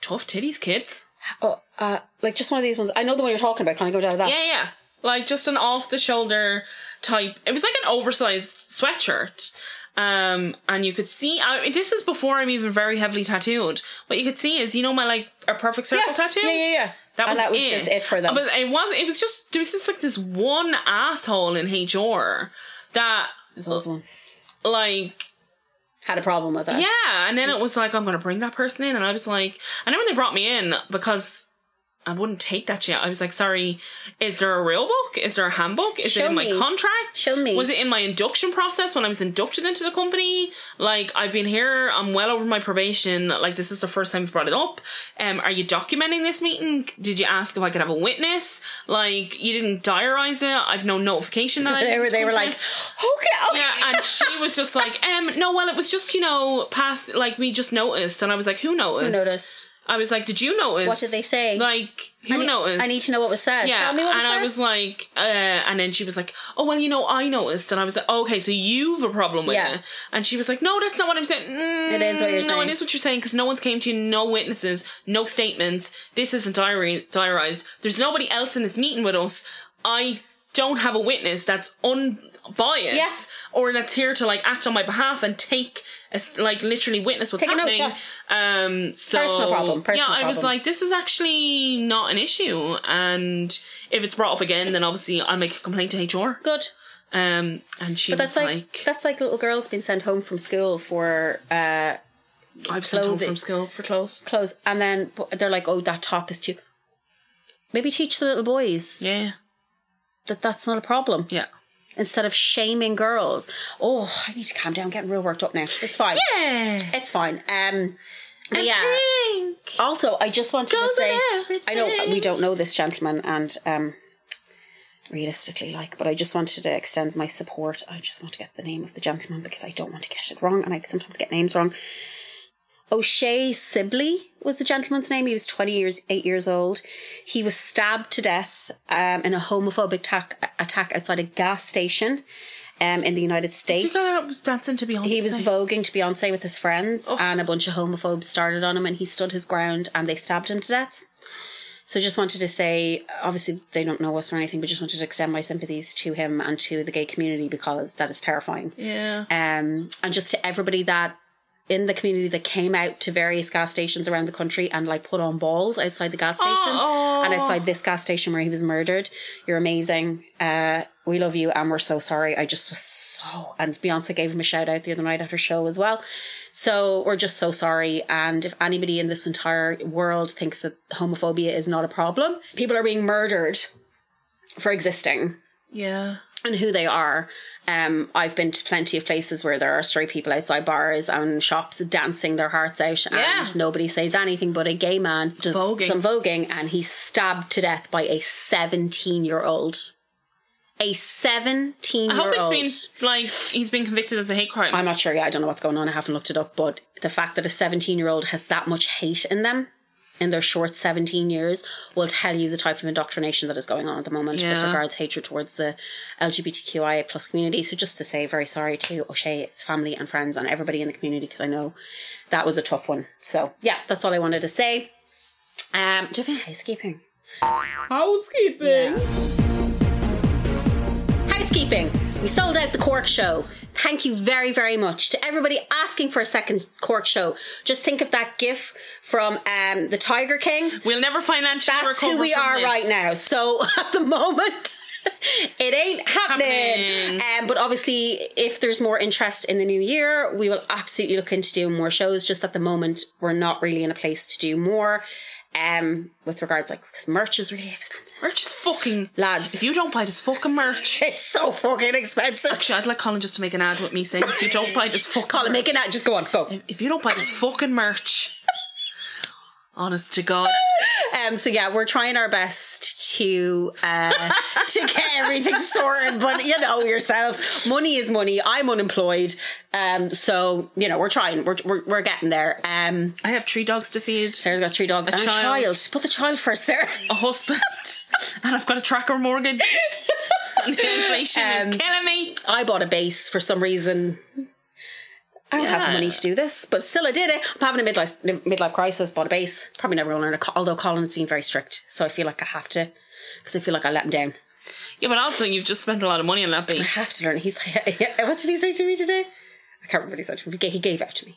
[SPEAKER 2] "Tough titties, kids."
[SPEAKER 3] Oh, uh, like just one of these ones. I know the one you're talking about. Can I go down to that?
[SPEAKER 2] Yeah, yeah. Like just an off the shoulder type. It was like an oversized sweatshirt. Um, and you could see, I, this is before I'm even very heavily tattooed. What you could see is, you know, my like a perfect circle
[SPEAKER 3] yeah.
[SPEAKER 2] tattoo?
[SPEAKER 3] Yeah, yeah, yeah.
[SPEAKER 2] That
[SPEAKER 3] and
[SPEAKER 2] was,
[SPEAKER 3] that was just it for them.
[SPEAKER 2] But it Oh, was, it was just, there was just like this one asshole in HR that
[SPEAKER 3] This was one.
[SPEAKER 2] like
[SPEAKER 3] Had a problem with that.
[SPEAKER 2] Yeah, and then it was like, I'm gonna bring that person in, and I was like, and then when they brought me in because I wouldn't take that shit. I was like, sorry, is there a real book? Is there a handbook? Is
[SPEAKER 3] Show
[SPEAKER 2] it in my
[SPEAKER 3] me.
[SPEAKER 2] contract?
[SPEAKER 3] Show me.
[SPEAKER 2] Was it in my induction process when I was inducted into the company? Like, I've been here, I'm well over my probation. Like, this is the first time you brought it up. Um, are you documenting this meeting? Did you ask if I could have a witness? Like, you didn't diarize it. I've no notification that I
[SPEAKER 3] They
[SPEAKER 2] didn't
[SPEAKER 3] were, they were
[SPEAKER 2] come to
[SPEAKER 3] like,
[SPEAKER 2] it."
[SPEAKER 3] okay, okay.
[SPEAKER 2] Yeah, and she was just like, um, no, well, it was just, you know, past, like, we just noticed. And I was like, who noticed?
[SPEAKER 3] noticed?
[SPEAKER 2] I was like, did you notice?
[SPEAKER 3] What did they say?
[SPEAKER 2] Like, who
[SPEAKER 3] I need-
[SPEAKER 2] noticed?
[SPEAKER 3] I need to know what was said.
[SPEAKER 2] Yeah,
[SPEAKER 3] Tell me what
[SPEAKER 2] and
[SPEAKER 3] was said.
[SPEAKER 2] I was like, uh, and then she was like, oh, well, you know, I noticed. And I was like, oh, okay, so you've a problem with
[SPEAKER 3] Yeah.
[SPEAKER 2] it. And she was like, no, that's not what I'm saying. Mm,
[SPEAKER 3] It is what you're
[SPEAKER 2] No,
[SPEAKER 3] saying.
[SPEAKER 2] it is what you're saying because no one's came to you, no witnesses, no statements. This isn't diary- diarized. There's nobody else in this meeting with us. I don't have a witness that's unbiased
[SPEAKER 3] Yeah.
[SPEAKER 2] or that's here to like act on my behalf and take a s like literally witness what's
[SPEAKER 3] Take a note,
[SPEAKER 2] happening. Um, so
[SPEAKER 3] Personal problem, personal
[SPEAKER 2] yeah, I was
[SPEAKER 3] problem.
[SPEAKER 2] like, this is actually not an issue, and if it's brought up again, then obviously I'll make a complaint to HR.
[SPEAKER 3] good.
[SPEAKER 2] Um, and she
[SPEAKER 3] But that's
[SPEAKER 2] was
[SPEAKER 3] like,
[SPEAKER 2] like,
[SPEAKER 3] that's like little girls being sent home from school for uh,
[SPEAKER 2] "I've sent home
[SPEAKER 3] clothing.
[SPEAKER 2] from school for clothes."
[SPEAKER 3] clothes, and then but they're like, oh, that top is too. Maybe teach the little boys
[SPEAKER 2] Yeah,
[SPEAKER 3] that that's not a problem.
[SPEAKER 2] yeah,
[SPEAKER 3] Instead of shaming girls. Oh, I need to calm down. I'm getting real worked up now. It's fine.
[SPEAKER 2] yeah.
[SPEAKER 3] It's fine. Um, but yeah. Also, I just wanted to
[SPEAKER 2] Goes
[SPEAKER 3] say,
[SPEAKER 2] with
[SPEAKER 3] I know
[SPEAKER 2] everything.
[SPEAKER 3] we don't know this gentleman, and um, realistically, like, but I just wanted to extend my support. I just want to get the name of the gentleman because I don't want to get it wrong, and I sometimes get names wrong. O'Shea Sibley was the gentleman's name. He was twenty years, eight years old. He was stabbed to death um, in a homophobic attack, attack outside a gas station um, in the United States.
[SPEAKER 2] He got up, was dancing to Beyonce.
[SPEAKER 3] He was voguing to Beyonce with his friends, and a bunch of homophobes started on him, and he stood his ground, and they stabbed him to death. So, just wanted to say, obviously, they don't know us or anything, but just wanted to extend my sympathies to him and to the gay community because that is terrifying.
[SPEAKER 2] yeah,
[SPEAKER 3] Um, and just to everybody that in the community that came out to various gas stations around the country and like put on balls outside the gas stations
[SPEAKER 2] oh.
[SPEAKER 3] and outside this gas station where he was murdered. You're amazing. Uh, we love you and we're so sorry. I just was so, and Beyonce gave him a shout out the other night at her show as well. So we're just so sorry. And if anybody in this entire world thinks that homophobia is not a problem, people are being murdered for existing
[SPEAKER 2] yeah.
[SPEAKER 3] and who they are. Um, I've been to plenty of places where there are straight people outside bars and shops dancing their hearts out,
[SPEAKER 2] Yeah.
[SPEAKER 3] and nobody says anything. But a gay man does
[SPEAKER 2] Voguing.
[SPEAKER 3] some voguing, and he's stabbed to death by a seventeen-year-old. A
[SPEAKER 2] I hope
[SPEAKER 3] seventeen-year-old.
[SPEAKER 2] it's been like he's been convicted as a hate crime.
[SPEAKER 3] I'm not sure. Yeah, I don't know what's going on. I haven't looked it up, but the fact that a 17 year old has that much hate in them in their short 17 years will tell you the type of indoctrination that is going on at the moment with
[SPEAKER 2] Yeah.
[SPEAKER 3] regards hatred towards the LGBTQIA plus community. So just to say, very sorry to O'Shea, his family and friends and everybody in the community because I know that was a tough one. So yeah, that's all I wanted to say. Um, do you have any housekeeping?
[SPEAKER 2] Housekeeping.
[SPEAKER 3] Housekeeping. We sold out the Cork show. Thank you very, very much to everybody asking for a second court show. Just think of that gif from um, the Tiger King.
[SPEAKER 2] We'll never financially
[SPEAKER 3] That's
[SPEAKER 2] recover
[SPEAKER 3] who we
[SPEAKER 2] from
[SPEAKER 3] are
[SPEAKER 2] this.
[SPEAKER 3] right now. So at the moment, it ain't happening.
[SPEAKER 2] Happening.
[SPEAKER 3] Um, but obviously, if there's more interest in the new year, we will absolutely look into doing more shows. Just at the moment, we're not really in a place to do more. Um, with regards like because merch is really expensive,
[SPEAKER 2] Merch is fucking.
[SPEAKER 3] lads.
[SPEAKER 2] If you don't buy this fucking merch.
[SPEAKER 3] it's so fucking expensive.
[SPEAKER 2] Actually, I'd like Colin just to make an ad with me saying, if you don't buy this fucking merch-
[SPEAKER 3] Colin, make it out. Just go on, go.
[SPEAKER 2] If you don't buy this fucking merch. Honest to God.
[SPEAKER 3] Um, so yeah, we're trying our best to uh, to get everything sorted, but you know yourself, money is money. I'm unemployed, um, so you know we're trying. We're we're, we're getting there. Um,
[SPEAKER 2] I have three dogs to feed,
[SPEAKER 3] Sarah's got three dogs and a
[SPEAKER 2] child.
[SPEAKER 3] child. Put the child first, Sarah.
[SPEAKER 2] a husband, and I've got a tracker mortgage. and the inflation
[SPEAKER 3] Um,
[SPEAKER 2] is killing me.
[SPEAKER 3] I bought a base for some reason. I don't have
[SPEAKER 2] Yeah.
[SPEAKER 3] the money to do this, but still I did it. I'm having a midlife midlife crisis. Bought a base. Probably never going to learn it. Although Colin has been very strict, so I feel like I have to because I feel like I let him down.
[SPEAKER 2] Yeah, but also you've just spent a lot of money on that base.
[SPEAKER 3] I have to learn. He's like, what did he say to me today? I can't remember what he said to me. He gave, he gave out to me.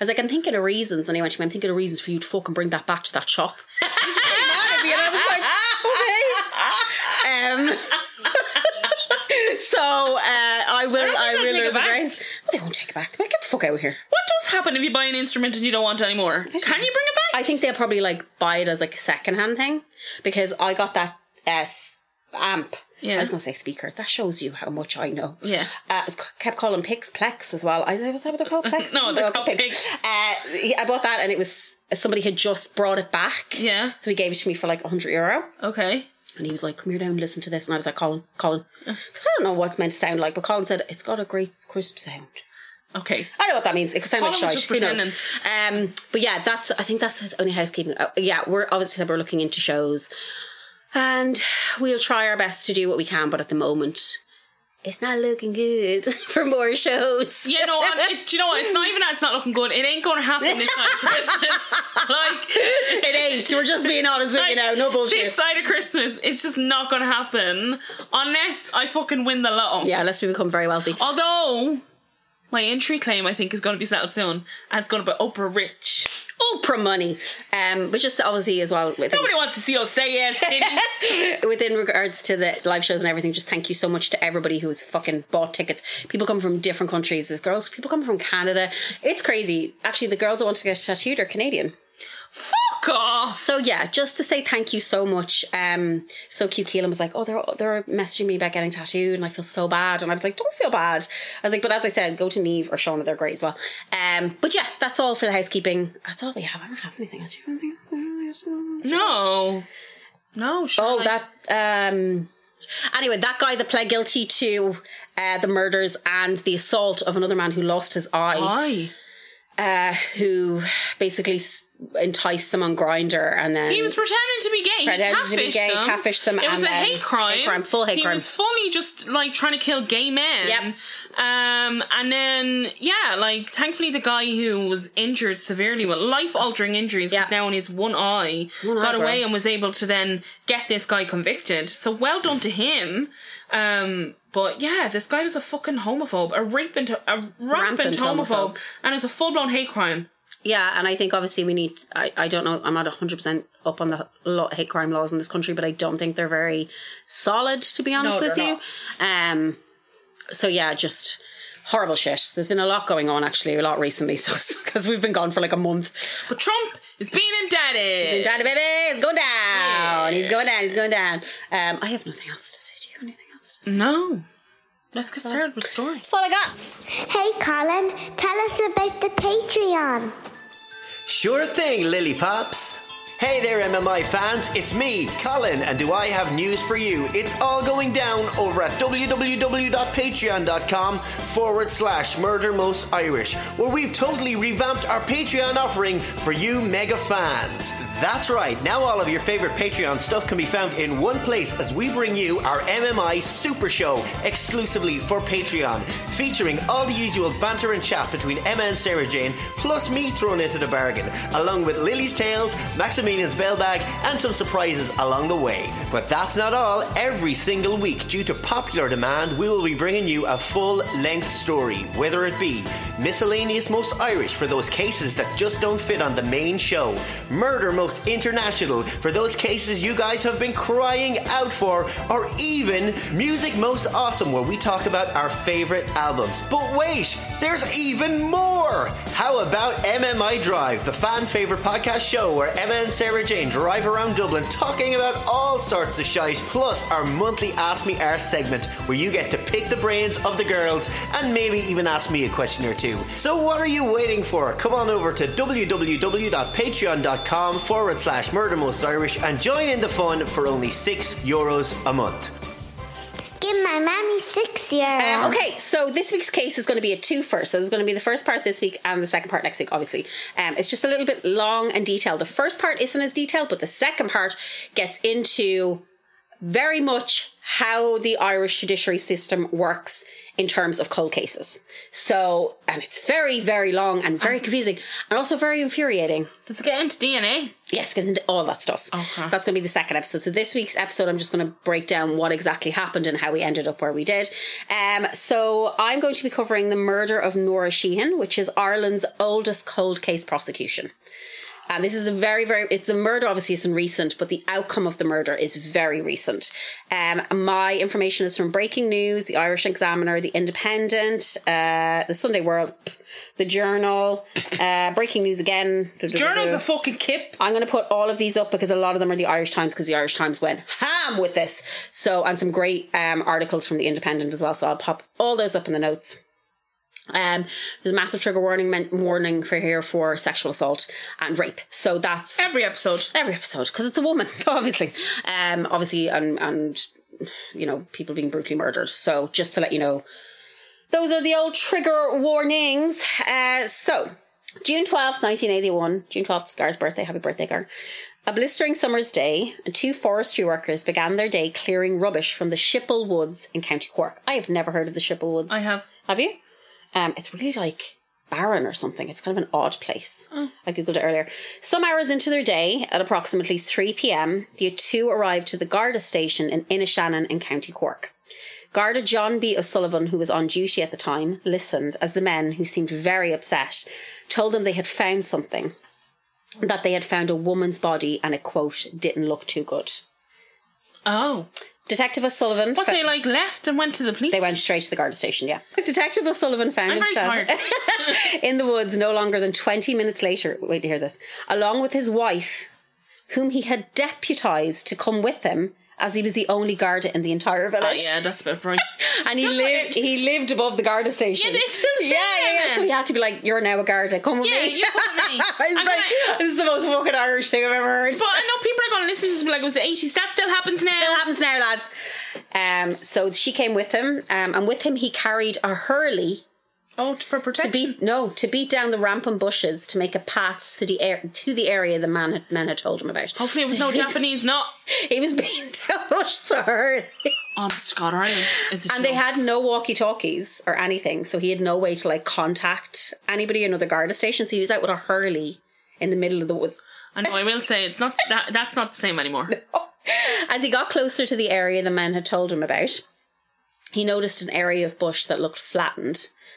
[SPEAKER 3] I was like, I'm thinking of reasons. And he went to me, I'm thinking of reasons for you to fucking bring that back to that shop. He's really mad at me. And I was like, okay. Um, so uh, I will,
[SPEAKER 2] I
[SPEAKER 3] I,
[SPEAKER 2] don't think they'll
[SPEAKER 3] will
[SPEAKER 2] take it
[SPEAKER 3] learn the
[SPEAKER 2] back.
[SPEAKER 3] grace. They won't take it back. They'll get the fuck out of here.
[SPEAKER 2] What does happen if you buy an instrument and you don't want it anymore? Can you bring it back?
[SPEAKER 3] I think they'll probably like buy it as like a secondhand thing because I got that uh, s- amp.
[SPEAKER 2] Yeah.
[SPEAKER 3] I was gonna say speaker. That shows you how much I know.
[SPEAKER 2] Yeah.
[SPEAKER 3] Uh, it's c- kept calling Pix Plex as well. I was that what they're called Plex.
[SPEAKER 2] No, they're called Pix.
[SPEAKER 3] Uh, he- I bought that and it was uh, somebody had just brought it back.
[SPEAKER 2] Yeah.
[SPEAKER 3] So he gave it to me for like hundred euro,
[SPEAKER 2] Okay.
[SPEAKER 3] and he was like, "Come here down, listen to this." And I was like, "Colin, Colin," because I don't know what's meant to sound like, but Colin said it's got a great crisp sound.
[SPEAKER 2] Okay.
[SPEAKER 3] I know what that means. It could sound like
[SPEAKER 2] Colin was just
[SPEAKER 3] shite. Who knows?
[SPEAKER 2] pretending.
[SPEAKER 3] Um, but yeah, that's. I think that's the only housekeeping. Uh, yeah, we're obviously we're looking into shows, and we'll try our best to do what we can. But at the moment, it's not looking good for more shows.
[SPEAKER 2] Yeah, no, and it, do you know what? It's not even that it's not looking good. It ain't going to happen this side of Christmas. like,
[SPEAKER 3] It ain't. We're just being honest with you now. No
[SPEAKER 2] This
[SPEAKER 3] bullshit.
[SPEAKER 2] side of Christmas, it's just not going to happen unless I fucking win the lotto.
[SPEAKER 3] Yeah, unless we become very wealthy.
[SPEAKER 2] Although my entry claim, I think, is going to be settled soon, and it's going to be Oprah Rich.
[SPEAKER 3] Oprah money. Um, but just obviously as well with
[SPEAKER 2] Nobody wants to see us say yes. didn't.
[SPEAKER 3] within regards to the live shows and everything, just thank you so much to everybody who has fucking bought tickets. People come from different countries. There's girls, people come from Canada. It's crazy. Actually, the girls that want to get tattooed are Canadian.
[SPEAKER 2] Fuck off.
[SPEAKER 3] So yeah, just to say thank you so much. Um, so cute. Keelan was like, "Oh, they're they're messaging me about getting tattooed, and I feel so bad." And I was like, "Don't feel bad." I was like, "But as I said, go to Neve or Shona; they're great as well." Um, but yeah, that's all for the housekeeping. That's all we have. I don't have anything else. Do you have anything else?
[SPEAKER 2] No. No. Sure.
[SPEAKER 3] Oh, that. Um. Anyway, that guy that pled guilty to uh, the murders and the assault of another man who lost his eye,
[SPEAKER 2] Why?
[SPEAKER 3] uh, who basically s- enticed them on Grinder, and then
[SPEAKER 2] He was pretending to be gay.
[SPEAKER 3] Pretended
[SPEAKER 2] he
[SPEAKER 3] to be
[SPEAKER 2] catfished
[SPEAKER 3] gay,
[SPEAKER 2] them.
[SPEAKER 3] catfished them,
[SPEAKER 2] It was a
[SPEAKER 3] and then
[SPEAKER 2] hate crime.
[SPEAKER 3] hate crime, full hate
[SPEAKER 2] he
[SPEAKER 3] crime.
[SPEAKER 2] was fully just like trying to kill gay men.
[SPEAKER 3] Yep.
[SPEAKER 2] Um, and then yeah, like thankfully the guy who was injured severely with life-altering injuries
[SPEAKER 3] Yeah.
[SPEAKER 2] was now on his one eye,
[SPEAKER 3] eye,
[SPEAKER 2] got
[SPEAKER 3] bro.
[SPEAKER 2] away and was able to then get this guy convicted. So well done to him. Um. But yeah, this guy was a fucking homophobe, a rampant, a rampant,
[SPEAKER 3] Rampant
[SPEAKER 2] homophobe,
[SPEAKER 3] homophobe.
[SPEAKER 2] and it was a full blown hate crime.
[SPEAKER 3] yeah. And I think obviously we need. I, I don't know. I'm not 100 percent up on the lo- hate crime laws in this country, but I don't think they're very solid, to be honest
[SPEAKER 2] they're
[SPEAKER 3] with you. Um. So yeah, just. Horrible shit. There's been a lot going on actually, a lot recently, so because we've been gone for like a month.
[SPEAKER 2] But Trump is being indicted.
[SPEAKER 3] Johnny baby is going down. He's going down. He's going down. Um, I have nothing else to say. Do you have anything else to say?
[SPEAKER 2] No. Let's get started with story.
[SPEAKER 3] That's all I got.
[SPEAKER 4] Hey, Colin, tell us about the Patreon.
[SPEAKER 5] Sure thing, Lily Pops. Hey there, MMI fans. It's me, Colin, and do I have news for you? It's all going down over at www.patreon.com forward slash murder most Irish, where we've totally revamped our Patreon offering for you mega fans. That's right, now all of your favorite Patreon stuff can be found in one place as we bring you our MMI Super Show exclusively for Patreon, featuring all the usual banter and chat between Emma and Sarah Jane, plus me thrown into the bargain, along with Lily's Tales, Maximilian's Bell Bag, and some surprises along the way. But that's not all. Every single week, due to popular demand, we will be bringing you a full length story, whether it be miscellaneous most Irish for those cases that just don't fit on the main show, murder most international for those cases you guys have been crying out for, or even music most awesome where we talk about our favorite albums. But wait, there's even more! How about MMI Drive, the fan favorite podcast show where Emma and Sarah Jane drive around Dublin talking about all sorts of shite, plus our monthly Ask Me Arse segment where you get to pick the brains of the girls and maybe even ask me a question or two. So what are you waiting for? Come on over to www.patreon.com forward slash murder most Irish and join in the fun for only six euros a month.
[SPEAKER 4] Give my mommy six euros.
[SPEAKER 3] Um, okay, so this week's case is going to be a twofer. So there's going to be the first part this week and the second part next week, obviously. Um, it's just a little bit long and detailed. The first part isn't as detailed, but the second part gets into very much how the Irish judiciary system works in terms of cold cases. So, and it's very, very long and very confusing and also very infuriating.
[SPEAKER 2] Does it get into DNA?
[SPEAKER 3] Yes, gets into all that stuff.
[SPEAKER 2] Okay.
[SPEAKER 3] That's going to be the second episode. So this week's episode, I'm just going to break down what exactly happened and how we ended up where we did. Um, so I'm going to be covering the murder of Nora Sheehan, which is Ireland's oldest cold case prosecution. And this is a very, very, it's the murder obviously isn't recent, but the outcome of the murder is very recent. Um, my information is from Breaking News, the Irish Examiner, the Independent, uh, the Sunday World, the Journal, uh, Breaking News again.
[SPEAKER 2] Journal's a fucking kip.
[SPEAKER 3] I'm going to put all of these up because a lot of them are the Irish Times because the Irish Times went ham with this. So, and some great um, articles from the Independent as well. So I'll pop all those up in the notes. Um, there's a massive trigger warning meant warning for here for sexual assault and rape. So that's
[SPEAKER 2] Every episode.
[SPEAKER 3] every episode because it's a woman, obviously. Um, obviously, and and you know people being brutally murdered. So just to let you know, those are the old trigger warnings. Uh, so June twelfth, nineteen eighty one. June twelfth, Gar's birthday. Happy birthday, Gar. A blistering summer's day, and two forestry workers began their day clearing rubbish from the Shippel Woods in County Cork. I have never heard of the Shippel Woods.
[SPEAKER 2] I have.
[SPEAKER 3] Have you? Um, it's really like barren or something. It's kind of an odd place.
[SPEAKER 2] Mm.
[SPEAKER 3] I googled it earlier. Some hours into their day, at approximately 3 p.m., the two arrived to the Garda station in Inishannon in County Cork. Garda John B. O'Sullivan, who was on duty at the time, listened as the men, who seemed very upset, told them they had found something. That they had found a woman's body and it, quote, didn't look too good.
[SPEAKER 2] Oh.
[SPEAKER 3] Detective O'Sullivan.
[SPEAKER 2] What
[SPEAKER 3] fa-
[SPEAKER 2] they like left and went to the police?
[SPEAKER 3] they went straight to the Garda station, yeah. Detective O'Sullivan found
[SPEAKER 2] I'm very
[SPEAKER 3] himself.
[SPEAKER 2] tired.
[SPEAKER 3] in the woods no longer than 20 minutes later, wait to hear this, along with his wife, whom he had deputized to come with him as he was the only Garda in the entire
[SPEAKER 2] Oh,
[SPEAKER 3] village.
[SPEAKER 2] yeah, that's about right.
[SPEAKER 3] And he
[SPEAKER 2] So weird.
[SPEAKER 3] lived he lived above the Garda station.
[SPEAKER 2] Yeah, but it's still
[SPEAKER 3] yeah, yeah, yeah.
[SPEAKER 2] there.
[SPEAKER 3] So he had to be like, You're now a Garda, come with
[SPEAKER 2] Yeah,
[SPEAKER 3] me.
[SPEAKER 2] you come with me.
[SPEAKER 3] It's
[SPEAKER 2] And
[SPEAKER 3] like,
[SPEAKER 2] I-
[SPEAKER 3] this is the most fucking Irish thing I've ever heard.
[SPEAKER 2] But I know people are going to listen to this and be like, it was the 80s. That still happens now.
[SPEAKER 3] Still happens now, lads. Um, so she came with him, um, and with him he carried a hurley
[SPEAKER 2] oh, for
[SPEAKER 3] to
[SPEAKER 2] protection.
[SPEAKER 3] beat no to beat down the rampant bushes to make a path to the air to the area the man had, men had told him about.
[SPEAKER 2] Hopefully it was no Japanese not.
[SPEAKER 3] He was being touched, sir.
[SPEAKER 2] Honest to God, Ireland is a
[SPEAKER 3] And
[SPEAKER 2] joke.
[SPEAKER 3] they had no walkie talkies or anything, so he had no way to like contact anybody or another Garda station. So he was out with a hurley in the middle of the woods.
[SPEAKER 2] I know, I will say, it's not that, that's not the same anymore.
[SPEAKER 3] As he got closer to the area the men had told him about, he noticed an area of bush that looked flattened,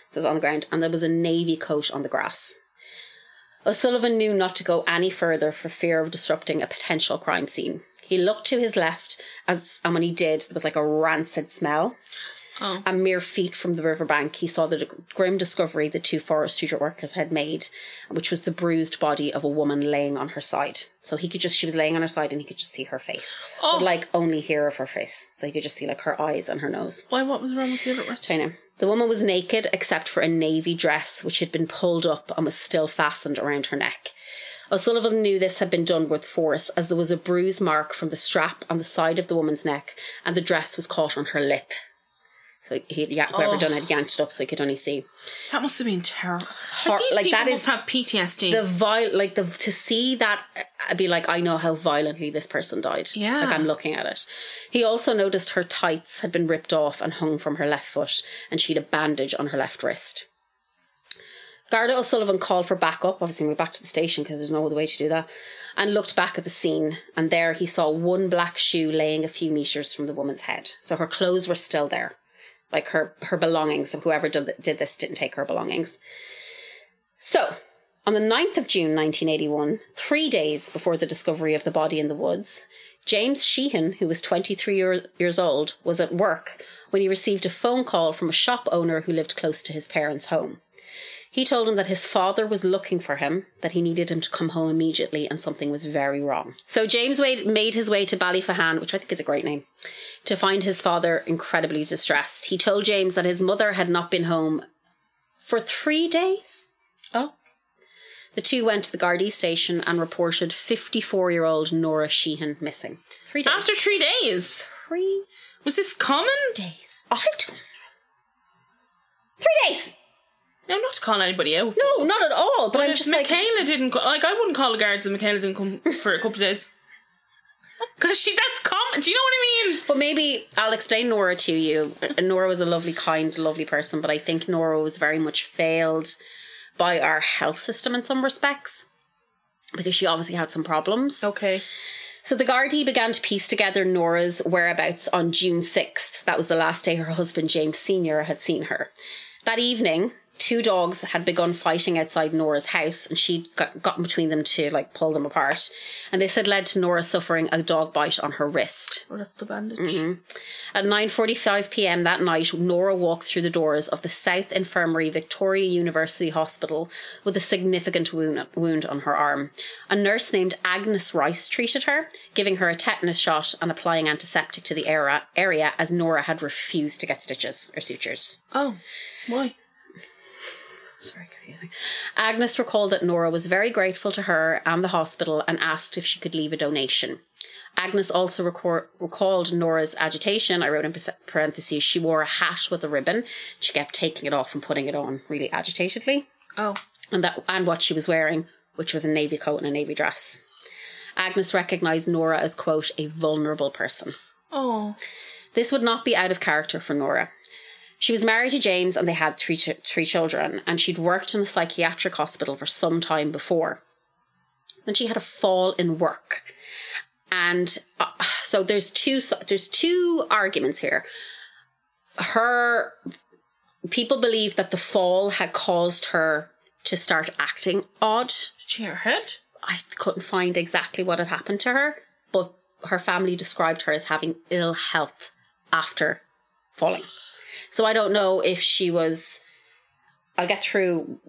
[SPEAKER 3] so it was on the ground, and there was a navy coat on the grass. O'Sullivan knew not to go any further for fear of disrupting a potential crime scene. He looked to his left, as, and when he did, there was like a rancid smell.
[SPEAKER 2] Oh.
[SPEAKER 3] A mere feet from the riverbank, he saw the d- grim discovery the two forestry workers had made, which was the bruised body of a woman laying on her side. So he could just, she was laying on her side and he could just see her face.
[SPEAKER 2] Oh.
[SPEAKER 3] But like only hear of her face. So he could just see like her eyes and her nose.
[SPEAKER 2] Why, what was wrong with the other rest?
[SPEAKER 3] I know. The woman was naked except for a navy dress which had been pulled up and was still fastened around her neck. O'Sullivan knew this had been done with force as there was a bruise mark from the strap on the side of the woman's neck and the dress was caught on her lip. So he, yeah, whoever done it yanked it up so he could only see.
[SPEAKER 2] Oh. That must have been terrible.
[SPEAKER 3] Hor-
[SPEAKER 2] Like, these
[SPEAKER 3] like,
[SPEAKER 2] people
[SPEAKER 3] that
[SPEAKER 2] must
[SPEAKER 3] is
[SPEAKER 2] have PTSD.
[SPEAKER 3] The viol, like the to see that, I'd be like, I know how violently this person died.
[SPEAKER 2] Yeah.
[SPEAKER 3] like I'm looking at it. He also noticed her tights had been ripped off and hung from her left foot, and she had a bandage on her left wrist. Garda O'Sullivan called for backup. Obviously, we're back to the station because there's no other way to do that. And looked back at the scene, and there he saw one black shoe laying a few meters from the woman's head. So her clothes were still there, like her her belongings. Whoever did, did this didn't take her belongings. So, on the 9th of June 1981, three days before the discovery of the body in the woods, James Sheehan, who was 23 year- years old, was at work when he received a phone call from a shop owner who lived close to his parents' home. He told him that his father was looking for him, that he needed him to come home immediately, and something was very wrong. So James Wade made his way to Ballyfahan, which I think is a great name, to find his father incredibly distressed. He told James that his mother had not been home for three days.
[SPEAKER 2] oh,
[SPEAKER 3] The two went to the Gardaí station and reported 54 year old Nora Sheehan missing. Three days.
[SPEAKER 2] after three days,
[SPEAKER 3] three
[SPEAKER 2] was this common?
[SPEAKER 3] days. Oh, I don't know. Three days!
[SPEAKER 2] No, not to call anybody out.
[SPEAKER 3] No, not at all. But, I'm
[SPEAKER 2] if
[SPEAKER 3] just like.
[SPEAKER 2] Michaela didn't co- like. I wouldn't call the guards, and Michaela didn't come for a couple of days. Because she, that's common. Do you know what I mean?
[SPEAKER 3] But maybe I'll explain Nora to you. Uh, Nora was a lovely, kind, lovely person, but I think Nora was very much failed by our health system in some respects because she obviously had some problems.
[SPEAKER 2] Okay.
[SPEAKER 3] So the Gardaí began to piece together Nora's whereabouts on June 6th. That was the last day her husband, James Sr., had seen her. That evening, two dogs had begun fighting outside Nora's house, and she'd got, gotten between them to like pull them apart. And this had led to Nora suffering a dog bite on her wrist.
[SPEAKER 2] Well, that's the bandage.
[SPEAKER 3] At 9:45 p.m. that night, Nora walked through the doors of the South Infirmary Victoria University Hospital with a significant wound, wound on her arm. A nurse named Agnes Rice treated her, giving her a tetanus shot and applying antiseptic to the area, area as Nora had refused to get stitches or sutures.
[SPEAKER 2] Oh, why?
[SPEAKER 3] It's very confusing. Agnes recalled that Nora was very grateful to her and the hospital and asked if she could leave a donation. Agnes also recor- recalled Nora's agitation. I wrote in pers- parentheses, she wore a hat with a ribbon. She kept taking it off and putting it on really agitatedly.
[SPEAKER 2] Oh,
[SPEAKER 3] And that, and what she was wearing, which was a navy coat and a navy dress. Agnes recognized Nora as, quote, a vulnerable person.
[SPEAKER 2] oh,
[SPEAKER 3] This would not be out of character for Nora. She was married to James and they had three, ch- three children, and she'd worked in a psychiatric hospital for some time before. Then she had a fall in work. And uh, so there's two s- there's two arguments here. Her people believe that the fall had caused her to start acting odd.
[SPEAKER 2] did she hit her head?
[SPEAKER 3] I couldn't find exactly what had happened to her, but her family described her as having ill health after falling. So I don't know if she was. I'll get through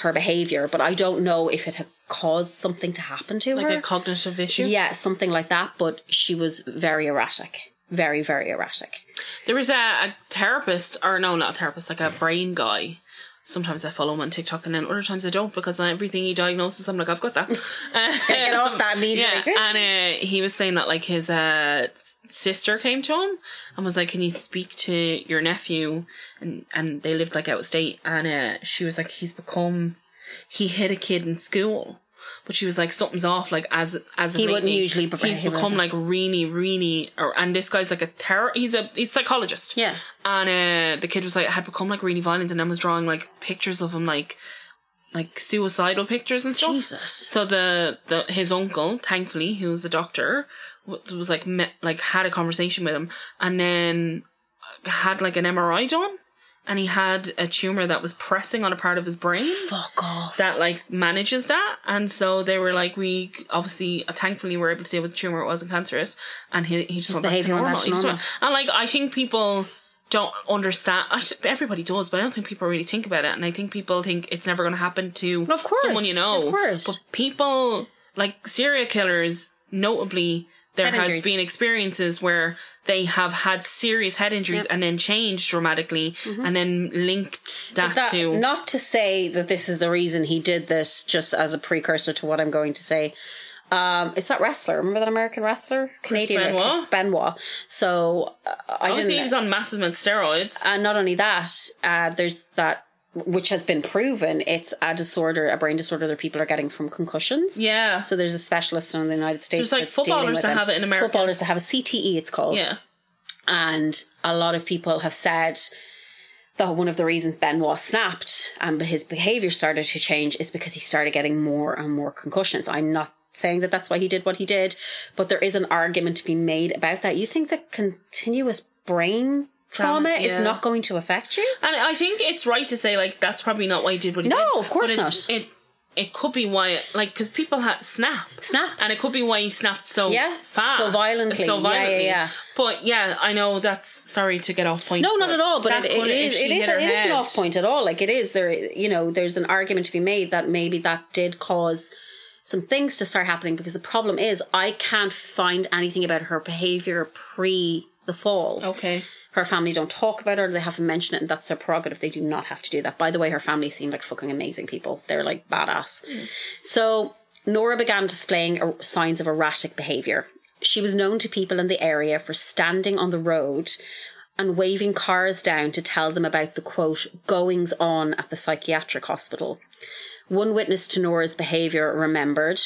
[SPEAKER 3] her behavior, but I don't know if it had caused something to happen to
[SPEAKER 2] Like
[SPEAKER 3] her.
[SPEAKER 2] a cognitive issue.
[SPEAKER 3] yeah, something like that. But she was very erratic, very very erratic.
[SPEAKER 2] There was a, a therapist, or no, not a therapist, like a brain guy. Sometimes I follow him on TikTok, and then other times I don't because on everything he diagnoses, I'm like, I've got that. Get
[SPEAKER 3] off that immediately.
[SPEAKER 2] Yeah, and uh, he was saying that like his uh, sister came to him and was like, "Can you speak to your nephew?" And and they lived like out of state, and uh, she was like, "He's become, he hit a kid in school." But she was like, something's off. Like as as of
[SPEAKER 3] He wouldn't
[SPEAKER 2] lately,
[SPEAKER 3] usually be-
[SPEAKER 2] he's
[SPEAKER 3] he
[SPEAKER 2] become like
[SPEAKER 3] wouldn't.
[SPEAKER 2] really, really, or and this guy's like a terror. He's a he's a psychologist.
[SPEAKER 3] Yeah.
[SPEAKER 2] And uh, the kid was like had become like really violent, and then was drawing like pictures of him, like like suicidal pictures and stuff.
[SPEAKER 3] Jesus.
[SPEAKER 2] So the the his uncle, thankfully, who was a doctor, was, was like met, like had a conversation with him, and then had like an MRI done, and he had a tumor that was pressing on a part of his brain
[SPEAKER 3] Fuck off.
[SPEAKER 2] that like manages that and so they were like we obviously uh, thankfully were able to deal with the tumor it wasn't cancerous and he, he just went back to
[SPEAKER 3] behaviour went
[SPEAKER 2] normal.
[SPEAKER 3] back to
[SPEAKER 2] He just
[SPEAKER 3] normal.
[SPEAKER 2] went- and like I think people don't understand I th- everybody does but I don't think people really think about it and I think people think it's never going to happen to
[SPEAKER 3] Of course,
[SPEAKER 2] someone you know
[SPEAKER 3] of course.
[SPEAKER 2] but people like serial killers notably there
[SPEAKER 3] Head
[SPEAKER 2] has
[SPEAKER 3] injuries.
[SPEAKER 2] been experiences where they have had serious head injuries and then changed dramatically and then linked that,
[SPEAKER 3] Mm-hmm. that,
[SPEAKER 2] to
[SPEAKER 3] not to say that this is the reason he did this just as a precursor to what i'm going to say Um, it's that wrestler. Remember that American wrestler, Canadian
[SPEAKER 2] Benoit? Oh,
[SPEAKER 3] Chris Benoit. So uh, I
[SPEAKER 2] Obviously, he
[SPEAKER 3] didn't.
[SPEAKER 2] was on massive amounts of steroids.
[SPEAKER 3] and not only that, uh, there's that which has been proven. It's a disorder, a brain disorder that people are getting from concussions.
[SPEAKER 2] yeah.
[SPEAKER 3] So there's a specialist in the United States.
[SPEAKER 2] like
[SPEAKER 3] that's dealing
[SPEAKER 2] footballers
[SPEAKER 3] with
[SPEAKER 2] that
[SPEAKER 3] them.
[SPEAKER 2] have it in America.
[SPEAKER 3] Footballers that have a CTE, it's called.
[SPEAKER 2] yeah.
[SPEAKER 3] And a lot of people have said that one of the reasons Benoit snapped and his behavior started to change is because he started getting more and more concussions. I'm not saying that that's why he did what he did, but there is an argument to be made about that. You think that continuous brain
[SPEAKER 2] Trauma,
[SPEAKER 3] trauma
[SPEAKER 2] yeah.
[SPEAKER 3] is not going to affect you?
[SPEAKER 2] And I think it's right to say like that's probably not why he did what he
[SPEAKER 3] No,
[SPEAKER 2] did.
[SPEAKER 3] of course
[SPEAKER 2] but it's-
[SPEAKER 3] not.
[SPEAKER 2] It it could be why like because people had snap
[SPEAKER 3] Snap.
[SPEAKER 2] and it could be why he snapped so
[SPEAKER 3] Yeah,
[SPEAKER 2] fast
[SPEAKER 3] so violently.
[SPEAKER 2] so
[SPEAKER 3] Yeah, yeah,
[SPEAKER 2] violently.
[SPEAKER 3] yeah.
[SPEAKER 2] But yeah, I know that's sorry to get off point.
[SPEAKER 3] No, not at all. But
[SPEAKER 2] that
[SPEAKER 3] it,
[SPEAKER 2] could-
[SPEAKER 3] it
[SPEAKER 2] if
[SPEAKER 3] is
[SPEAKER 2] she
[SPEAKER 3] it is
[SPEAKER 2] hit her
[SPEAKER 3] it is an
[SPEAKER 2] head-
[SPEAKER 3] off point at all. Like it is there. You know, there's an argument to be made that maybe that did cause some things to start happening because the problem is I can't find anything about her behavior pre the fall.
[SPEAKER 2] Okay.
[SPEAKER 3] Her family don't talk about her. They haven't mentioned it, and that's their prerogative. They do not have to do that. By the way, her family seem like fucking amazing people. They're like badass. So Nora began displaying er- signs of erratic behavior. She was known to people in the area for standing on the road and waving cars down to tell them about the quote goings on at the psychiatric hospital. One witness to Nora's behavior remembered.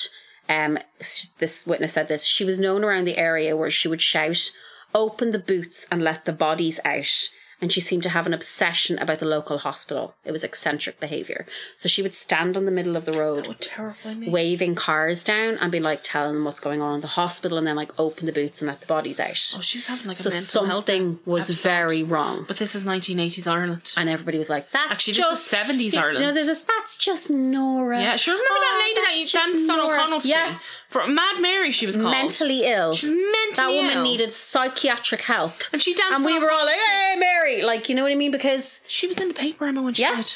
[SPEAKER 3] Um, s- this witness said this. She was known around the area where she would shout, "Open the boots and let the bodies out." And she seemed to have an obsession about the local hospital. It was eccentric behavior. So she would stand on the middle of the road
[SPEAKER 2] Terrify me.
[SPEAKER 3] waving cars down and be like telling them what's going on in the hospital and then like open the boots and let the bodies out.
[SPEAKER 2] Oh, she was having like
[SPEAKER 3] so
[SPEAKER 2] a mental health.
[SPEAKER 3] something was
[SPEAKER 2] episode.
[SPEAKER 3] very wrong.
[SPEAKER 2] But this is 1980s Ireland.
[SPEAKER 3] and everybody was like, that's
[SPEAKER 2] Actually, this is
[SPEAKER 3] just
[SPEAKER 2] 70s Ireland.
[SPEAKER 3] No, there's just that's just Nora.
[SPEAKER 2] yeah, sure. Remember
[SPEAKER 3] Oh,
[SPEAKER 2] that lady that you
[SPEAKER 3] that's just
[SPEAKER 2] danced on
[SPEAKER 3] Nora."
[SPEAKER 2] O'Connell Street?
[SPEAKER 3] Yeah,
[SPEAKER 2] For Mad Mary, she was called.
[SPEAKER 3] mentally ill.
[SPEAKER 2] She was
[SPEAKER 3] that
[SPEAKER 2] mentally
[SPEAKER 3] woman
[SPEAKER 2] ill.
[SPEAKER 3] needed psychiatric help.
[SPEAKER 2] And she danced
[SPEAKER 3] And we
[SPEAKER 2] on-
[SPEAKER 3] were all like, hey, Mary. Like, you know what I mean? Because,
[SPEAKER 2] She was in the paper, Emma, when she
[SPEAKER 3] Yeah.
[SPEAKER 2] died.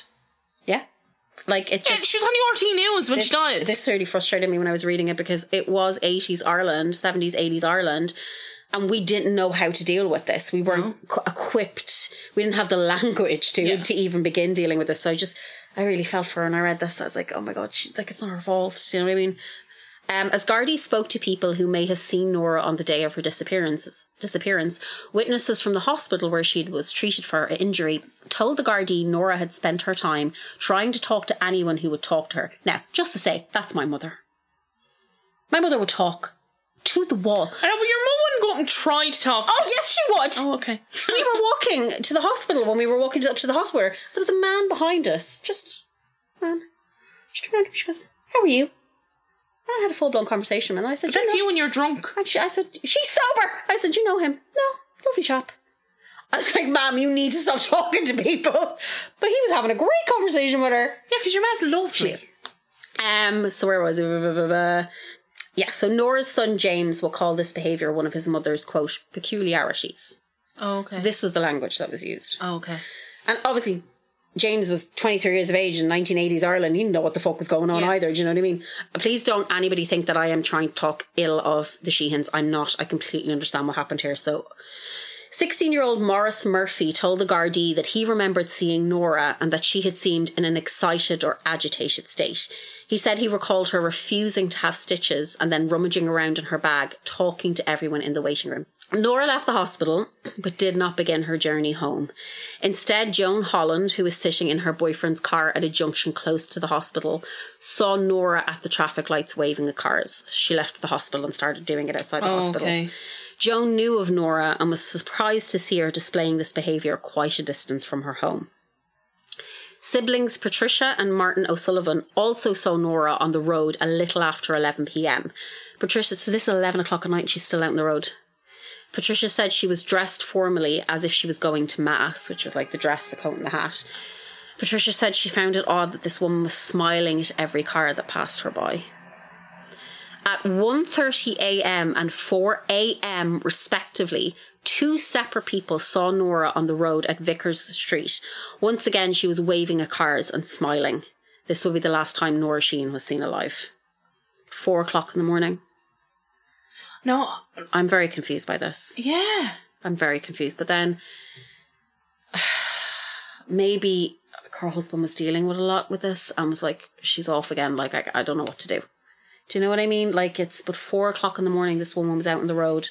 [SPEAKER 3] yeah. Like, it
[SPEAKER 2] Yeah,
[SPEAKER 3] just.
[SPEAKER 2] she was on the RT News when she died.
[SPEAKER 3] This really frustrated me when I was reading it because it was 80s Ireland, 70s, 80s Ireland, and we didn't know how to deal with this. We weren't qu- equipped. We didn't have the language to
[SPEAKER 2] Yeah.
[SPEAKER 3] to even begin dealing with this. So I just, I really felt for her when I read this. I was like, oh my god, she, like it's not her fault. You know what I mean? Um, as Gardy spoke to people who may have seen Nora on the day of her disappearance, disappearance, witnesses from the hospital where she was treated for her injury told the Gardaí Nora had spent her time trying to talk to anyone who would talk to her. Now, just to say, that's my mother. My mother would talk to the wall.
[SPEAKER 2] I know, but your mum wouldn't go up and try to talk.
[SPEAKER 3] Oh, yes, she would.
[SPEAKER 2] Oh, okay.
[SPEAKER 3] we were walking to the hospital when we were walking up to the hospital. There was a man behind us. Just man. She turned around. She goes, "How are you?" I had a full blown conversation, and I said,
[SPEAKER 2] That's
[SPEAKER 3] you know,
[SPEAKER 2] you when you're drunk.
[SPEAKER 3] and she, I said, she's sober. I said, you know him? No, lovely chap. I was like, ma'am, you need to stop talking to people. But he was having a great conversation with her.
[SPEAKER 2] Yeah, because your mum's lovely.
[SPEAKER 3] She is. Um, so where was it? Blah, blah, blah, blah. Yeah, so Nora's son James will call this behavior one of his mother's quote peculiarities.
[SPEAKER 2] Oh, okay.
[SPEAKER 3] This was the language that was used.
[SPEAKER 2] oh, okay.
[SPEAKER 3] And obviously, James was 23 years of age in 1980s Ireland. He didn't know what the fuck was going on
[SPEAKER 2] Yes.
[SPEAKER 3] either. Do you know what I mean? Please don't anybody think that I am trying to talk ill of the Sheehans. I'm not. I completely understand what happened here. So. 16 year old Morris Murphy told the Gardaí that he remembered seeing Nora and that she had seemed in an excited or agitated state. He said he recalled her refusing to have stitches and then rummaging around in her bag, talking to everyone in the waiting room. Nora left the hospital, but did not begin her journey home. Instead, Joan Holland, who was sitting in her boyfriend's car at a junction close to the hospital, saw Nora at the traffic lights waving the cars. So she left the hospital and started doing it outside the hospital.
[SPEAKER 2] Oh, okay.
[SPEAKER 3] Joan knew of Nora and was surprised to see her displaying this behaviour quite a distance from her home. Siblings Patricia and Martin O'Sullivan also saw Nora on the road a little after 11 pm. Patricia, so this is 11 o'clock at night and she's still out on the road. Patricia said she was dressed formally as if she was going to mass, which was like the dress, the coat, and the hat. Patricia said she found it odd that this woman was smiling at every car that passed her by. At 1:30 a.m. and 4 a.m. respectively, two separate people saw Nora on the road at Vickers Street. Once again, she was waving at cars and smiling. This will be the last time Nora Sheen was seen alive. Four o'clock in the morning.
[SPEAKER 2] No,
[SPEAKER 3] I'm very confused by this.
[SPEAKER 2] yeah.
[SPEAKER 3] I'm very confused. But then maybe her husband was dealing with a lot with this and was like, she's off again. Like, I, I don't know what to do. Do you know what I mean? Like it's but four o'clock in the morning. This woman was out on the road.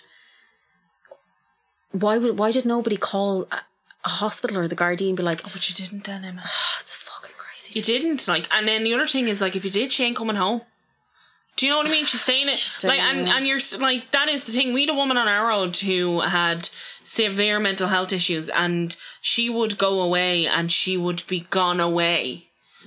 [SPEAKER 3] Why would why did nobody call a, a hospital or the Guardian? And be like, oh,
[SPEAKER 2] But you didn't then, Emma.
[SPEAKER 3] it's fucking crazy.
[SPEAKER 2] You didn't like, and then the other thing is like, if you did, she ain't coming home. Do you know what I mean? She's staying at
[SPEAKER 3] staying
[SPEAKER 2] like, and
[SPEAKER 3] there.
[SPEAKER 2] and you're s- like, that is the thing. We had a woman on our road who had severe mental health issues, and she would go away, and she would be gone away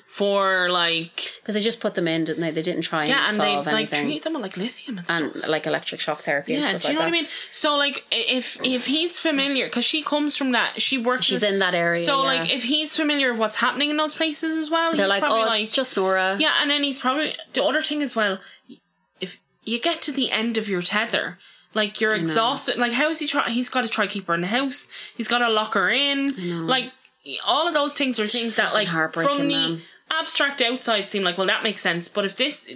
[SPEAKER 2] for like,
[SPEAKER 3] Because they just put them in, didn't they? They didn't try and
[SPEAKER 2] yeah, and they
[SPEAKER 3] solve
[SPEAKER 2] like
[SPEAKER 3] anything.
[SPEAKER 2] treat them with like lithium and stuff.
[SPEAKER 3] and like electric shock therapy
[SPEAKER 2] yeah,
[SPEAKER 3] and stuff
[SPEAKER 2] do you know
[SPEAKER 3] like
[SPEAKER 2] what I
[SPEAKER 3] that.
[SPEAKER 2] mean? So like, i- if if he's familiar, because she comes from that, she works.
[SPEAKER 3] She's in that area.
[SPEAKER 2] So
[SPEAKER 3] yeah.
[SPEAKER 2] like, if he's familiar with what's happening in those places as well,
[SPEAKER 3] they're
[SPEAKER 2] he's
[SPEAKER 3] like,
[SPEAKER 2] probably
[SPEAKER 3] oh, it's just Nora.
[SPEAKER 2] Yeah, and then he's probably the other thing as well. If you get to the end of your tether, like you're exhausted. Like how is he trying? He's got to try keep her in the house. He's got to lock her in. Like all of those things are things that
[SPEAKER 3] fucking
[SPEAKER 2] like
[SPEAKER 3] heartbreaking,
[SPEAKER 2] from the
[SPEAKER 3] man.
[SPEAKER 2] abstract outside seem like well that makes sense, but if this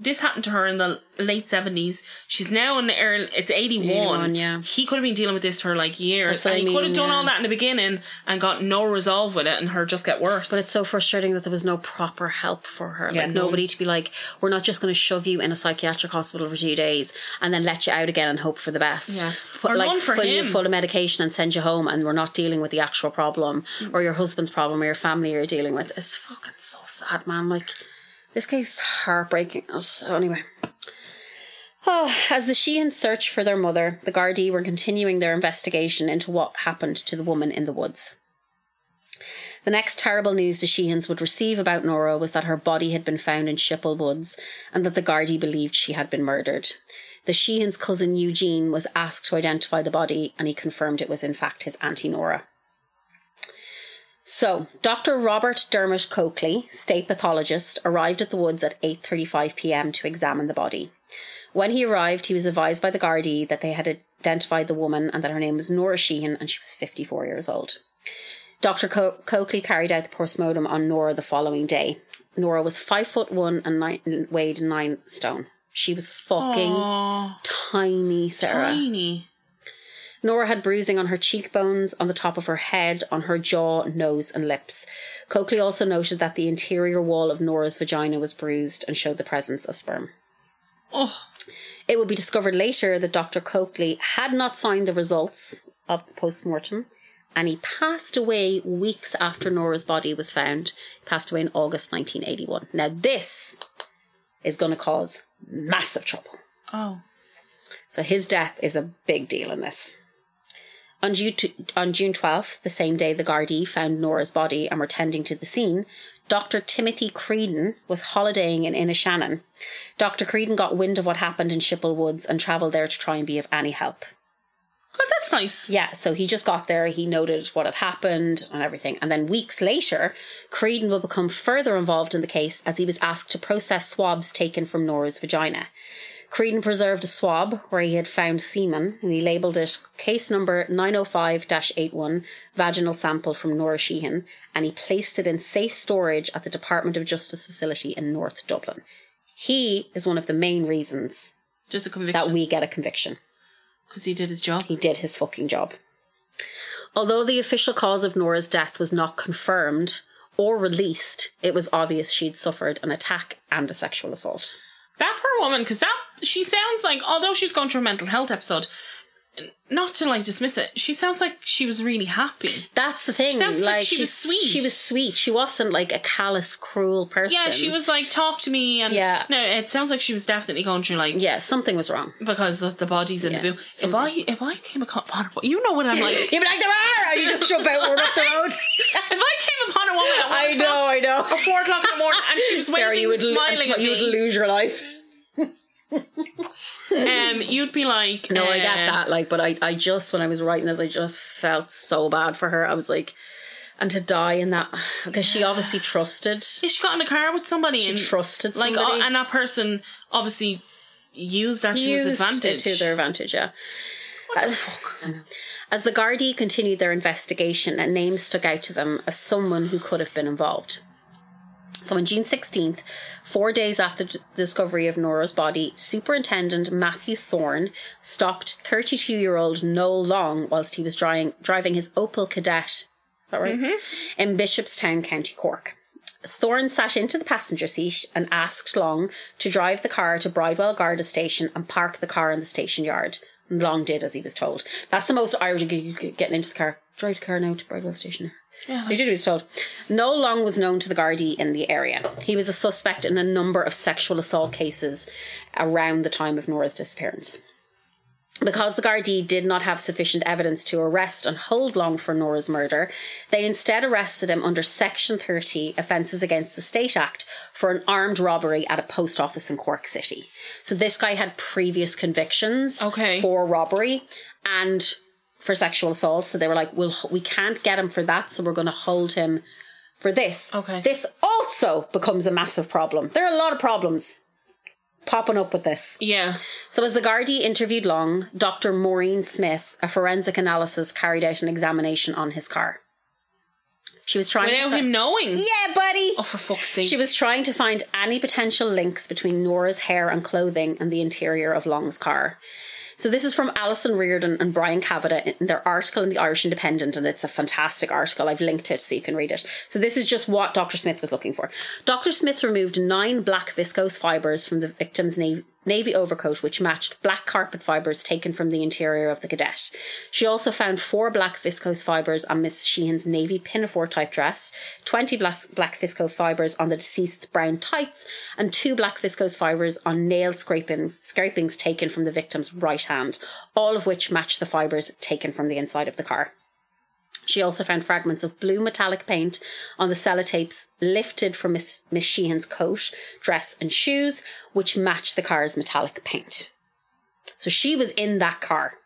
[SPEAKER 2] this happened to her in the late seventies, she's now in the early it's eighty one.
[SPEAKER 3] 81, yeah.
[SPEAKER 2] he could have been dealing with this for like years,
[SPEAKER 3] That's what
[SPEAKER 2] and
[SPEAKER 3] I
[SPEAKER 2] he could have
[SPEAKER 3] mean,
[SPEAKER 2] done
[SPEAKER 3] yeah.
[SPEAKER 2] all that in the beginning and got no resolve with it, and her just get worse.
[SPEAKER 3] But it's so frustrating that there was no proper help for her.
[SPEAKER 2] Yeah,
[SPEAKER 3] like
[SPEAKER 2] no.
[SPEAKER 3] nobody to be like, we're not just going to shove you in a psychiatric hospital for two days and then let you out again and hope for the best.
[SPEAKER 2] Yeah.
[SPEAKER 3] But
[SPEAKER 2] Or
[SPEAKER 3] like
[SPEAKER 2] one for
[SPEAKER 3] fill you
[SPEAKER 2] him.
[SPEAKER 3] full of medication and send you home, and we're not dealing with the actual problem
[SPEAKER 2] Mm.
[SPEAKER 3] or your husband's problem or your family you're dealing with. It's fucking so sad, man. Like this case is heartbreaking. Oh, So anyway. Oh, as the Sheehans search for their mother, the Gardaí were continuing their investigation into what happened to the woman in the woods. The next terrible news the Sheehans would receive about Nora was that her body had been found in Shipple Woods and that the Gardaí believed she had been murdered. The Sheehan's cousin Eugene was asked to identify the body and he confirmed it was in fact his auntie Nora. So, Dr. Robert Dermot Coakley, state pathologist, arrived at the woods at 8:35 p.m. to examine the body. When he arrived, he was advised by the Gardaí that they had identified the woman and that her name was Nora Sheehan and she was 54 years old. Dr. Co- Coakley carried out the postmortem on Nora the following day. Nora was five foot one and nine, weighed nine stone. She was fucking tiny, Sarah.
[SPEAKER 2] tiny.
[SPEAKER 3] Nora had bruising on her cheekbones, on the top of her head, on her jaw, nose, and lips. Coakley also noted that the interior wall of Nora's vagina was bruised and showed the presence of sperm.
[SPEAKER 2] Oh.
[SPEAKER 3] It would be discovered later that Dr. Coakley had not signed the results of the postmortem and he passed away weeks after Nora's body was found. He passed away in August 1981. Now, this is going to cause massive trouble.
[SPEAKER 2] Oh.
[SPEAKER 3] So his death is a big deal in this. On June, on June 12th, the same day the Gardaí found Nora's body and were tending to the scene, Dr. Timothy Creedon was holidaying in Inishannon. Dr. Creedon got wind of what happened in Shipple Woods and travelled there to try and be of any help.
[SPEAKER 2] God, that's nice.
[SPEAKER 3] Yeah, so he just got there, he noted what had happened and everything. And then weeks later, Creedon will become further involved in the case as he was asked to process swabs taken from Nora's vagina. Creedon preserved a swab where he had found semen and he labelled it case number 905 81, vaginal sample from Nora Sheehan, and he placed it in safe storage at the Department of Justice facility in North Dublin. He is one of the main reasons
[SPEAKER 2] Just a conviction.
[SPEAKER 3] that we get a conviction.
[SPEAKER 2] Because he did his job.
[SPEAKER 3] He did his fucking job. Although the official cause of Nora's death was not confirmed or released, it was obvious she'd suffered an attack and a sexual assault.
[SPEAKER 2] That poor woman, because that she sounds like, although she's going through a mental health episode, n- not to like dismiss it, she sounds like she was really happy.
[SPEAKER 3] That's the thing.
[SPEAKER 2] Sounds like she was
[SPEAKER 3] she's-
[SPEAKER 2] sweet.
[SPEAKER 3] She was sweet. She wasn't like a callous, cruel person.
[SPEAKER 2] Yeah, she was like, talk to me, and
[SPEAKER 3] Yeah.
[SPEAKER 2] no, it sounds like she was definitely going through like
[SPEAKER 3] Yeah, something was wrong.
[SPEAKER 2] because of the bodies in
[SPEAKER 3] Yeah,
[SPEAKER 2] the booth. If I if I came upon you know what I'm like.
[SPEAKER 3] You'd be like, there are! And you just jump out and up the road.
[SPEAKER 2] if I came upon a woman, at one
[SPEAKER 3] I
[SPEAKER 2] o'clock-
[SPEAKER 3] know, I know.
[SPEAKER 2] Or four o'clock in the morning, and she was waiting,
[SPEAKER 3] Sarah, you would, lo-
[SPEAKER 2] smiling at
[SPEAKER 3] you would
[SPEAKER 2] me.
[SPEAKER 3] lose your life.
[SPEAKER 2] um, you'd be like,
[SPEAKER 3] No, I get
[SPEAKER 2] uh,
[SPEAKER 3] that. Like, but I, I just when I was writing this, I just felt so bad for her. I was like, and to die in that because she obviously trusted,
[SPEAKER 2] Yeah, she got in the car with somebody
[SPEAKER 3] she
[SPEAKER 2] and
[SPEAKER 3] trusted
[SPEAKER 2] like,
[SPEAKER 3] somebody.
[SPEAKER 2] uh, and that person obviously used that to his
[SPEAKER 3] used
[SPEAKER 2] advantage.
[SPEAKER 3] it to their advantage. Yeah. As- I know. As the Gardaí continued their investigation, a name stuck out to them as someone who could have been involved. So on June 16th, four days after the discovery of Nora's body, Superintendent Matthew Thorne stopped 32 year old Noel Long whilst he was Mm-hmm. drying, driving his Opel Cadet, is that right? In Bishopstown, County Cork. Thorne sat into the passenger seat and asked Long to drive the car to Bridewell Garda station and park the car in the station yard. And Long did as he was told. That's the most Irish g- g- getting into the car. Drive the car now to Bridewell station. So he did what he was told. No Long was known to the Gardaí in the area. He was a suspect in a number of sexual assault cases around the time of Nora's disappearance. Because the Gardaí did not have sufficient evidence to arrest and hold Long for Nora's murder, they instead arrested him under Section 30 Offences Against the State Act for an armed robbery at a post office in Cork City. So this guy had previous convictions
[SPEAKER 2] Okay.
[SPEAKER 3] for robbery and for sexual assault. So they were like, well, we can't get him for that, so we're going to hold him for this.
[SPEAKER 2] Okay.
[SPEAKER 3] This also becomes a massive problem. There are a lot of problems popping up with this.
[SPEAKER 2] Yeah.
[SPEAKER 3] So, as the Gardaí interviewed Long, Dr. Maureen Smith, a forensic analysis, carried out an examination on his car. She was trying
[SPEAKER 2] Without
[SPEAKER 3] to. fi-
[SPEAKER 2] him knowing.
[SPEAKER 3] yeah, buddy!
[SPEAKER 2] Oh, for fuck's sake.
[SPEAKER 3] She was trying to find any potential links between Nora's hair and clothing and the interior of Long's car. So this is from Alison Reardon and Brian Cavada in their article in the Irish Independent, and it's a fantastic article. I've linked it so you can read it. So this is just what Dr. Smith was looking for. Dr. Smith removed nine black viscose fibres from the victim's navy, navy overcoat, which matched black carpet fibres taken from the interior of the cadet. She also found four black viscose fibres on Miss Sheehan's navy pinafore type dress, 20 black, black viscose fibres on the deceased's brown tights, and two black viscose fibres on nail scrapings, scrapings taken from the victim's right hand, all of which match the fibres taken from the inside of the car. She also found fragments of blue metallic paint on the sellotapes lifted from Miss, Miss Sheehan's coat, dress, and shoes, which matched the car's metallic paint. So she was in that car.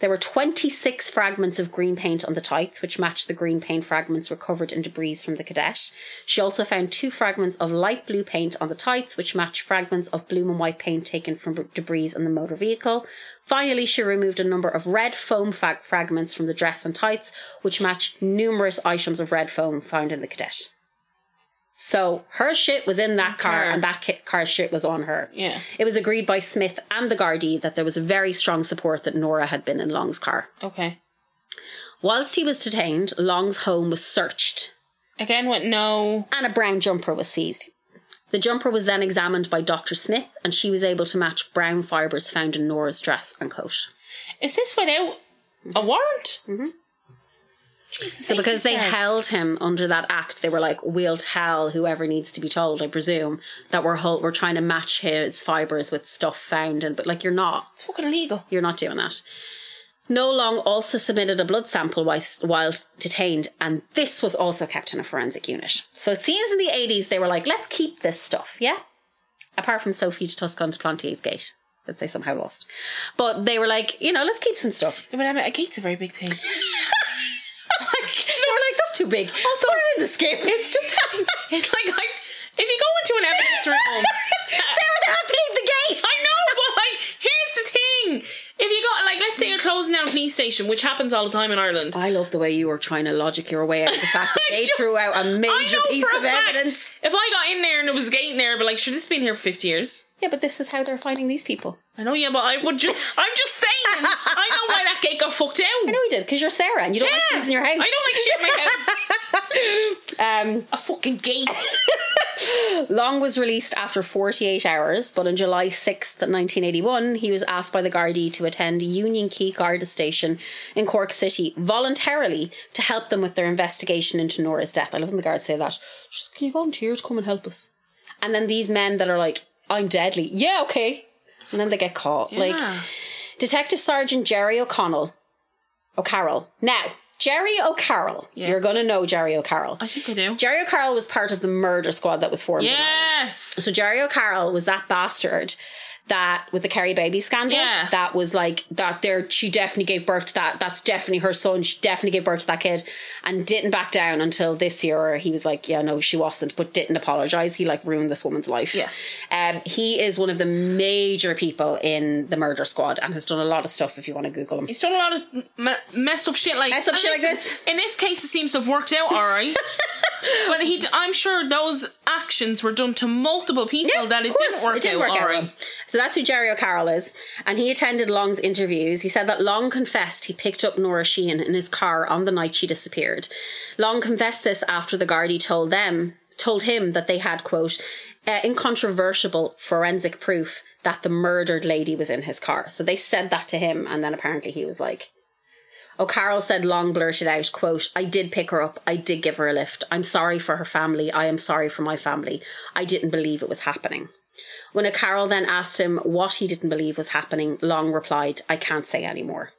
[SPEAKER 3] There were 26 fragments of green paint on the tights, which matched the green paint fragments recovered in debris from the cadet. She also found two fragments of light blue paint on the tights, which matched fragments of blue and white paint taken from debris in the motor vehicle. Finally, she removed a number of red foam fa- fragments from the dress and tights, which matched numerous items of red foam found in the cadet. So her shit was in that car,
[SPEAKER 2] Car.
[SPEAKER 3] and that ki- car shit was on her.
[SPEAKER 2] Yeah.
[SPEAKER 3] It was agreed by Smith and the Gardaí that there was very strong support that Nora had been in Long's car.
[SPEAKER 2] Okay.
[SPEAKER 3] Whilst he was detained, Long's home was searched
[SPEAKER 2] Again, went no.
[SPEAKER 3] and a brown jumper was seized. The jumper was then examined by Dr. Smith and she was able to match brown fibres found in Nora's dress and coat.
[SPEAKER 2] Is this without a warrant? Mm-hmm. Jesus,
[SPEAKER 3] So because they
[SPEAKER 2] 86.
[SPEAKER 3] held him under that act, they were like, "We'll tell whoever needs to be told." I presume that we're hol- we're trying to match his fibres with stuff found, and but like you're not.
[SPEAKER 2] It's fucking illegal.
[SPEAKER 3] You're not doing that. No Long also submitted a blood sample while, while detained, and this was also kept in a forensic unit. So it seems in the 80s they were like, let's keep this stuff, yeah? Apart from Sophie de Toscon to Plantier's Gate, that they somehow lost. But they were like, you know, let's keep some stuff.
[SPEAKER 2] Yeah, but Emma, a gate's a very big thing.
[SPEAKER 3] They were like, that's too big. Also, Put it in the skip.
[SPEAKER 2] It's just it's like I, if you go into an evidence room.
[SPEAKER 3] Sarah, they have to keep the gate.
[SPEAKER 2] I know, but like, here's the thing: if you got like, let's say you're closing down a police station, which happens all the time in Ireland.
[SPEAKER 3] I love the way you were trying to logic your way out of the fact that
[SPEAKER 2] I
[SPEAKER 3] Oh, they
[SPEAKER 2] just-
[SPEAKER 3] threw out a
[SPEAKER 2] I
[SPEAKER 3] major
[SPEAKER 2] know
[SPEAKER 3] piece
[SPEAKER 2] for a
[SPEAKER 3] of
[SPEAKER 2] fact,
[SPEAKER 3] evidence.
[SPEAKER 2] If I got in there and there was a gate in there, but like, sure, this has been here for fifty years.
[SPEAKER 3] Yeah, but this is how they're finding these people.
[SPEAKER 2] I know, yeah, but I would just. I'm just saying. I know why that gate got fucked out.
[SPEAKER 3] I know you did, because you're Sarah and you don't like
[SPEAKER 2] Yeah.
[SPEAKER 3] things in your house.
[SPEAKER 2] I don't like shit in my house.
[SPEAKER 3] Um,
[SPEAKER 2] a fucking gate.
[SPEAKER 3] Long was released after 48 hours, but on July 6th, 1981, he was asked by the Gardaí to attend Union Key Garda Station in Cork City voluntarily to help them with their investigation into Nora's death. I love when the guards say that. Just, can you volunteer to come and help us? And then these men that are like, I'm deadly. Yeah, okay. And then they get caught. Like,
[SPEAKER 2] Yeah.
[SPEAKER 3] Detective Sergeant Jerry O'Connell. O'Carroll. Now, Jerry O'Carroll.
[SPEAKER 2] Yeah.
[SPEAKER 3] You're going to know Jerry O'Carroll.
[SPEAKER 2] I think I do.
[SPEAKER 3] Jerry O'Carroll was part of the murder squad that was formed. in
[SPEAKER 2] Yes.
[SPEAKER 3] so Jerry O'Carroll was that bastard that with the Kerry baby scandal.
[SPEAKER 2] Yeah.
[SPEAKER 3] That was like that there she definitely gave birth to that. That's definitely her son. She definitely gave birth to that kid and didn't back down until this year where he was like, Yeah, no, she wasn't, but didn't apologize. He like ruined this woman's life.
[SPEAKER 2] Yeah.
[SPEAKER 3] Um he is one of the major people in the murder squad and has done a lot of stuff if you want to Google him.
[SPEAKER 2] He's done a lot of me- messed up shit like
[SPEAKER 3] Messed up
[SPEAKER 2] and
[SPEAKER 3] shit like
[SPEAKER 2] listen,
[SPEAKER 3] this.
[SPEAKER 2] In this case, it seems to have worked out all right. but he, d- I'm sure those actions were done to multiple people
[SPEAKER 3] Yeah,
[SPEAKER 2] that it
[SPEAKER 3] of course,
[SPEAKER 2] didn't work out all
[SPEAKER 3] well.
[SPEAKER 2] right.
[SPEAKER 3] So that's who Jerry O'Carroll is. And he attended Long's interviews. He said that Long confessed he picked up Nora Sheehan in his car on the night she disappeared. Long confessed this after the Gardaí told them told him that they had, quote, uh, incontrovertible forensic proof that the murdered lady was in his car. So they said that to him, and then apparently he was like, O'Carroll said long blurted out, quote, I did pick her up. I did give her a lift. I'm sorry for her family. I am sorry for my family. I didn't believe it was happening. When O'Carroll then asked him what he didn't believe was happening, Long replied, I can't say any more."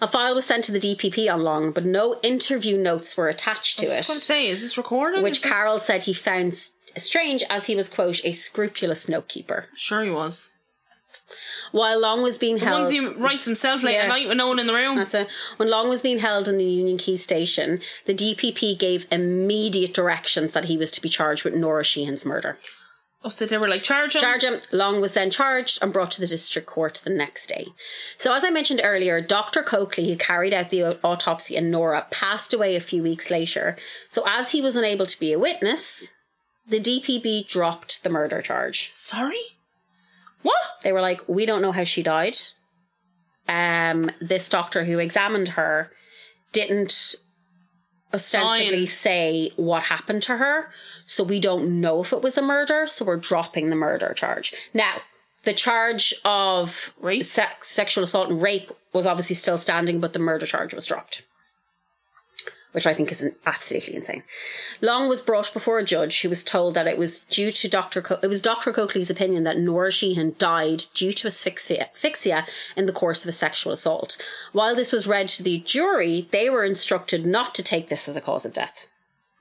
[SPEAKER 3] A file was sent to the DPP on Long, but no interview notes were attached to
[SPEAKER 2] I was
[SPEAKER 3] it
[SPEAKER 2] going to say, is this recorded?
[SPEAKER 3] which
[SPEAKER 2] Is this-
[SPEAKER 3] Carroll said he found s- strange as he was, quote, a scrupulous note keeper.
[SPEAKER 2] Sure, he was.
[SPEAKER 3] While Long was being held.
[SPEAKER 2] Once he writes himself late
[SPEAKER 3] Yeah.
[SPEAKER 2] at night with no one in the room.
[SPEAKER 3] That's a, when Long was being held in the Union Quay station, the DPP gave immediate directions that he was to be charged with Nora Sheehan's murder.
[SPEAKER 2] oh, so they were like, charge him.
[SPEAKER 3] Charge him. Long was then charged and brought to the district court the next day. So, as I mentioned earlier, Dr. Coakley, who carried out the au- autopsy on Nora, passed away a few weeks later. So, as he was unable to be a witness, the DPP dropped the murder charge.
[SPEAKER 2] Sorry? What?
[SPEAKER 3] they were like, we don't know how she died. Um, this doctor who examined her didn't
[SPEAKER 2] Sign.
[SPEAKER 3] ostensibly say what happened to her, so we don't know if it was a murder. So we're dropping the murder charge now. The charge of
[SPEAKER 2] Rape?
[SPEAKER 3] sex, sexual assault and rape was obviously still standing, but the murder charge was dropped, which I think is an- absolutely insane. Long was brought before a judge who was told that it was due to Dr. Co- it was Dr. Coakley's opinion that Nora Sheehan died due to asphyxia, asphyxia in the course of a sexual assault. While this was read to the jury, they were instructed not to take this as a cause of death.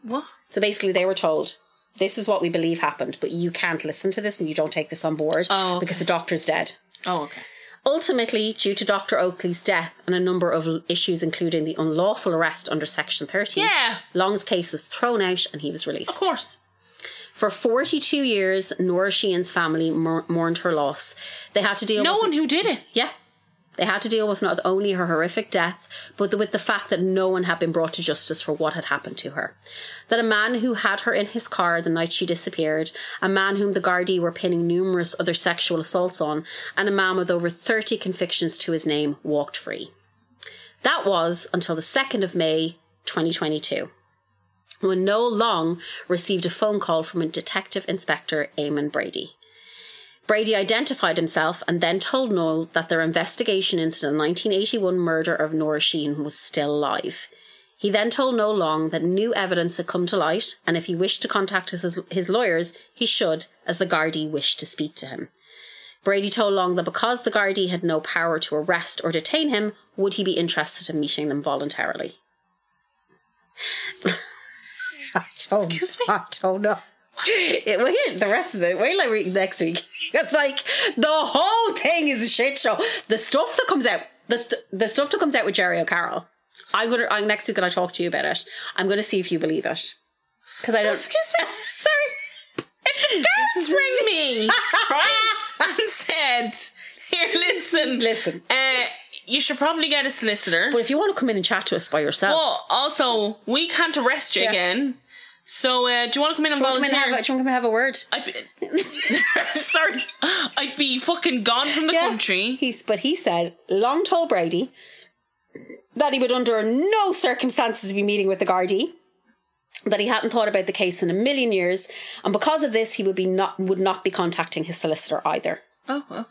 [SPEAKER 2] What?
[SPEAKER 3] So basically, they were told. This is what we believe happened, but you can't listen to this and you don't take this on board
[SPEAKER 2] Oh, okay.
[SPEAKER 3] because the doctor's dead.
[SPEAKER 2] Oh, okay.
[SPEAKER 3] Ultimately, due to Dr. Oakley's death and a number of l- issues, including the unlawful arrest under Section 30,
[SPEAKER 2] Yeah.
[SPEAKER 3] Long's case was thrown out and he was released.
[SPEAKER 2] Of course.
[SPEAKER 3] For 42 years, Nora Sheehan's family mour- mourned her loss. They had to deal
[SPEAKER 2] No
[SPEAKER 3] with.
[SPEAKER 2] one who did it.
[SPEAKER 3] Yeah. They had to deal with not only her horrific death, but with the fact that no one had been brought to justice for what had happened to her. That a man who had her in his car the night she disappeared, a man whom the Gardaí were pinning numerous other sexual assaults on, and a man with over 30 convictions to his name walked free. That was until the 2nd of May 2022, when Noel Long received a phone call from a detective inspector, Eamon Brady. Brady identified himself and then told Noel that their investigation into the 1981 murder of Nora Sheen was still live. He then told Noel Long that new evidence had come to light, and if he wished to contact his, his lawyers, he should, as the Gardaí wished to speak to him. Brady told Long that because the Gardaí had no power to arrest or detain him, would he be interested in meeting them voluntarily?
[SPEAKER 2] Excuse me?
[SPEAKER 3] I don't know. It, wait, the rest of it. Wait till I read next week. It's like the whole thing is a shit show. The stuff that comes out, the st- the stuff that comes out with Jerry O'Carroll. I'm gonna i next week when I talk to you about it. I'm gonna see if you believe it because I don't.
[SPEAKER 2] Excuse me. Sorry. If the girls ring me right, and said, "Here, listen,
[SPEAKER 3] Listen.
[SPEAKER 2] uh, you should probably get a solicitor."
[SPEAKER 3] But if you want to come in and chat to us by yourself,
[SPEAKER 2] But also, we can't arrest you
[SPEAKER 3] Yeah.
[SPEAKER 2] again. So, uh, do you want to come in and
[SPEAKER 3] come
[SPEAKER 2] volunteer?
[SPEAKER 3] and have, a- do you want to come and have a word?
[SPEAKER 2] I'd be, sorry, I'd be fucking gone from the country.
[SPEAKER 3] He's but he said Long told Brady that he would under no circumstances be meeting with the Gardaí. That he hadn't thought about the case in a million years, and because of this, he would be not would not be contacting his solicitor either.
[SPEAKER 2] Oh, okay.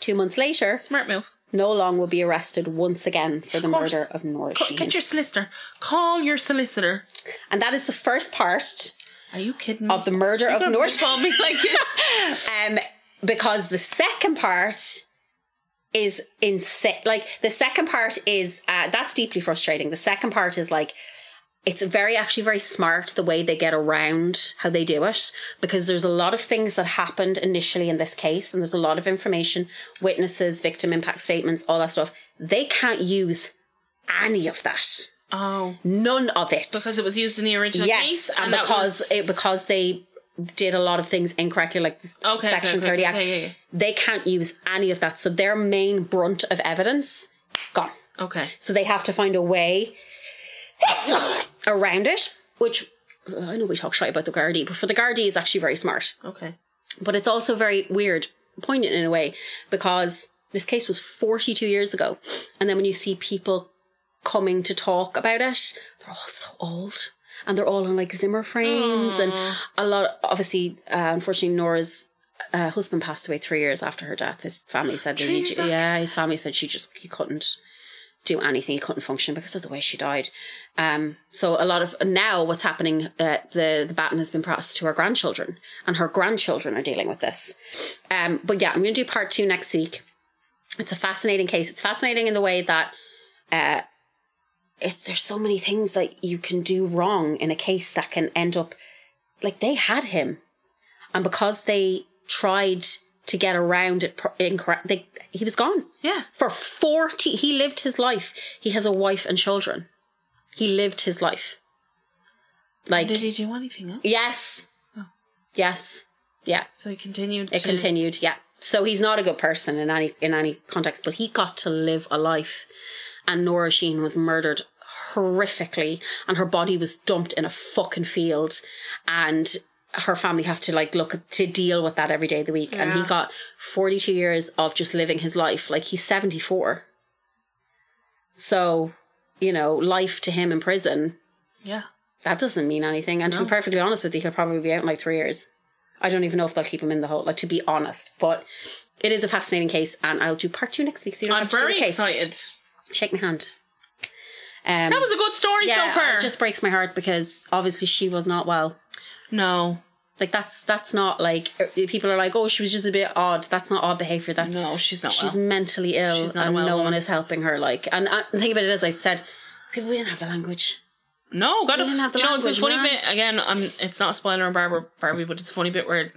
[SPEAKER 3] Two months later,
[SPEAKER 2] Smart move.
[SPEAKER 3] No Long will be arrested once again for the
[SPEAKER 2] course.
[SPEAKER 3] murder of Nora
[SPEAKER 2] Ca-
[SPEAKER 3] Sheen,
[SPEAKER 2] Get your solicitor. Call your solicitor.
[SPEAKER 3] and that is the first part
[SPEAKER 2] Are you kidding?
[SPEAKER 3] of the murder of Nora. Sheen.
[SPEAKER 2] Call me like this.
[SPEAKER 3] um, because the second part is insane. Like the second part is uh, that's deeply frustrating. The second part is like it's very actually very smart the way they get around how they do it because there's a lot of things that happened initially in this case and there's a lot of information, witnesses, victim impact statements, all that stuff. They can't use any of that.
[SPEAKER 2] Oh,
[SPEAKER 3] None of it
[SPEAKER 2] because it was used in the original
[SPEAKER 3] yes,
[SPEAKER 2] case,
[SPEAKER 3] and,
[SPEAKER 2] that
[SPEAKER 3] because
[SPEAKER 2] was-
[SPEAKER 3] it because they did a lot of things incorrectly, like this
[SPEAKER 2] Okay,
[SPEAKER 3] Section
[SPEAKER 2] okay, okay,
[SPEAKER 3] Thirty Act.
[SPEAKER 2] okay, yeah, yeah.
[SPEAKER 3] They can't use any of that, so their main brunt of evidence gone.
[SPEAKER 2] okay,
[SPEAKER 3] So they have to find a way around it, which. uh, I know we talk shy about the Gardaí, but for the Gardaí, it's actually very smart.
[SPEAKER 2] okay,
[SPEAKER 3] But it's also very weird, poignant in a way, because this case was 42 years ago. And then when you see people coming to talk about it, they're all so old. and they're all in like Zimmer frames, and a lot. Obviously, uh, unfortunately, Nora's. Uh, husband passed away three years after her death. His family said, that
[SPEAKER 2] Three
[SPEAKER 3] he,
[SPEAKER 2] years
[SPEAKER 3] ju-
[SPEAKER 2] after
[SPEAKER 3] yeah, his family said she just he couldn't do anything. He couldn't function because of the way she died. Um, so a lot of now what's happening, uh, the the baton has been passed to her grandchildren, and her grandchildren are dealing with this. Um, but yeah, I'm going to do part two next week. It's a fascinating case. It's fascinating in the way that uh, it's there's so many things that you can do wrong in a case that can end up like they had him, and because they tried to get around it pro- incorrect, they, he was gone
[SPEAKER 2] Yeah.
[SPEAKER 3] for 40 he lived his life he has a wife and children he lived his life like
[SPEAKER 2] Did he Oh. do anything else?
[SPEAKER 3] yes yes yeah
[SPEAKER 2] So he continued.
[SPEAKER 3] it
[SPEAKER 2] to-
[SPEAKER 3] continued yeah so he's not a good person in any in any context but he got to live a life and Nora Sheen was murdered horrifically and her body was dumped in a fucking field and her family have to like look to deal with that every day of the week and he got 42 years of just living his life like he's 74 so you know life to him in prison
[SPEAKER 2] Yeah.
[SPEAKER 3] that doesn't mean anything. And to be perfectly honest with you, he'll probably be out in like three years. I don't even know if they'll keep him in the hole, like to be honest. But it is a fascinating case, and I'll do part two next week. So you don't
[SPEAKER 2] I'm
[SPEAKER 3] have to do
[SPEAKER 2] very
[SPEAKER 3] the case.
[SPEAKER 2] excited.
[SPEAKER 3] Shake my hand. Um,
[SPEAKER 2] That was a good story
[SPEAKER 3] yeah,
[SPEAKER 2] so far.
[SPEAKER 3] It just breaks my heart because obviously she was not well.
[SPEAKER 2] no.
[SPEAKER 3] Like that's that's not like er, people are like, oh, she was just a bit odd. That's not odd behavior. That's
[SPEAKER 2] No, she's not
[SPEAKER 3] She's
[SPEAKER 2] well.
[SPEAKER 3] mentally ill,
[SPEAKER 2] She's not a
[SPEAKER 3] and
[SPEAKER 2] well
[SPEAKER 3] no one
[SPEAKER 2] woman.
[SPEAKER 3] is helping her. Like, and uh, the thing about it is, I said, people didn't have the language.
[SPEAKER 2] No, God. Do
[SPEAKER 3] We didn't have the
[SPEAKER 2] you know it's a
[SPEAKER 3] language,
[SPEAKER 2] funny
[SPEAKER 3] man.
[SPEAKER 2] bit? Again, I'm. It's not a spoiler on Barbara Barbie, but it's a funny bit where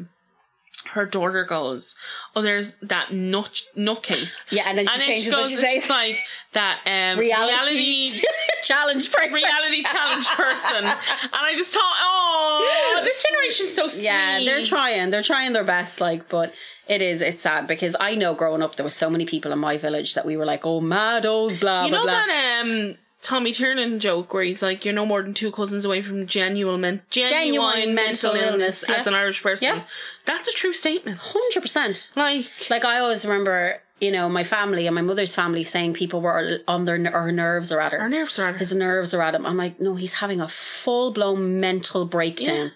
[SPEAKER 2] her daughter goes, "Oh, there's that nut nutcase."
[SPEAKER 3] Yeah, and then she changes what she
[SPEAKER 2] and
[SPEAKER 3] says.
[SPEAKER 2] she's like that um,
[SPEAKER 3] Reality,
[SPEAKER 2] reality
[SPEAKER 3] challenge person.
[SPEAKER 2] reality challenge person, and I just thought, oh, this generation's so sweet.
[SPEAKER 3] Yeah, they're trying. They're trying their best, like, but it is it's sad because I know growing up there were so many people in my village that we were like, oh mad old blah
[SPEAKER 2] You
[SPEAKER 3] blah
[SPEAKER 2] know
[SPEAKER 3] blah.
[SPEAKER 2] that um Tommy Tiernan joke where he's like, "You're no more than two cousins away from genuine men- genuine,
[SPEAKER 3] Genuine
[SPEAKER 2] mental,
[SPEAKER 3] mental
[SPEAKER 2] illness,
[SPEAKER 3] illness, yeah.
[SPEAKER 2] as an Irish person."
[SPEAKER 3] Yeah.
[SPEAKER 2] That's a true statement.
[SPEAKER 3] Hundred percent.
[SPEAKER 2] Like,
[SPEAKER 3] Like I always remember, you know, my family and my mother's family saying people were on their ner- her nerves or at her.
[SPEAKER 2] our nerves are.
[SPEAKER 3] His nerves are at him. I'm like, no, he's having a full blown mental breakdown.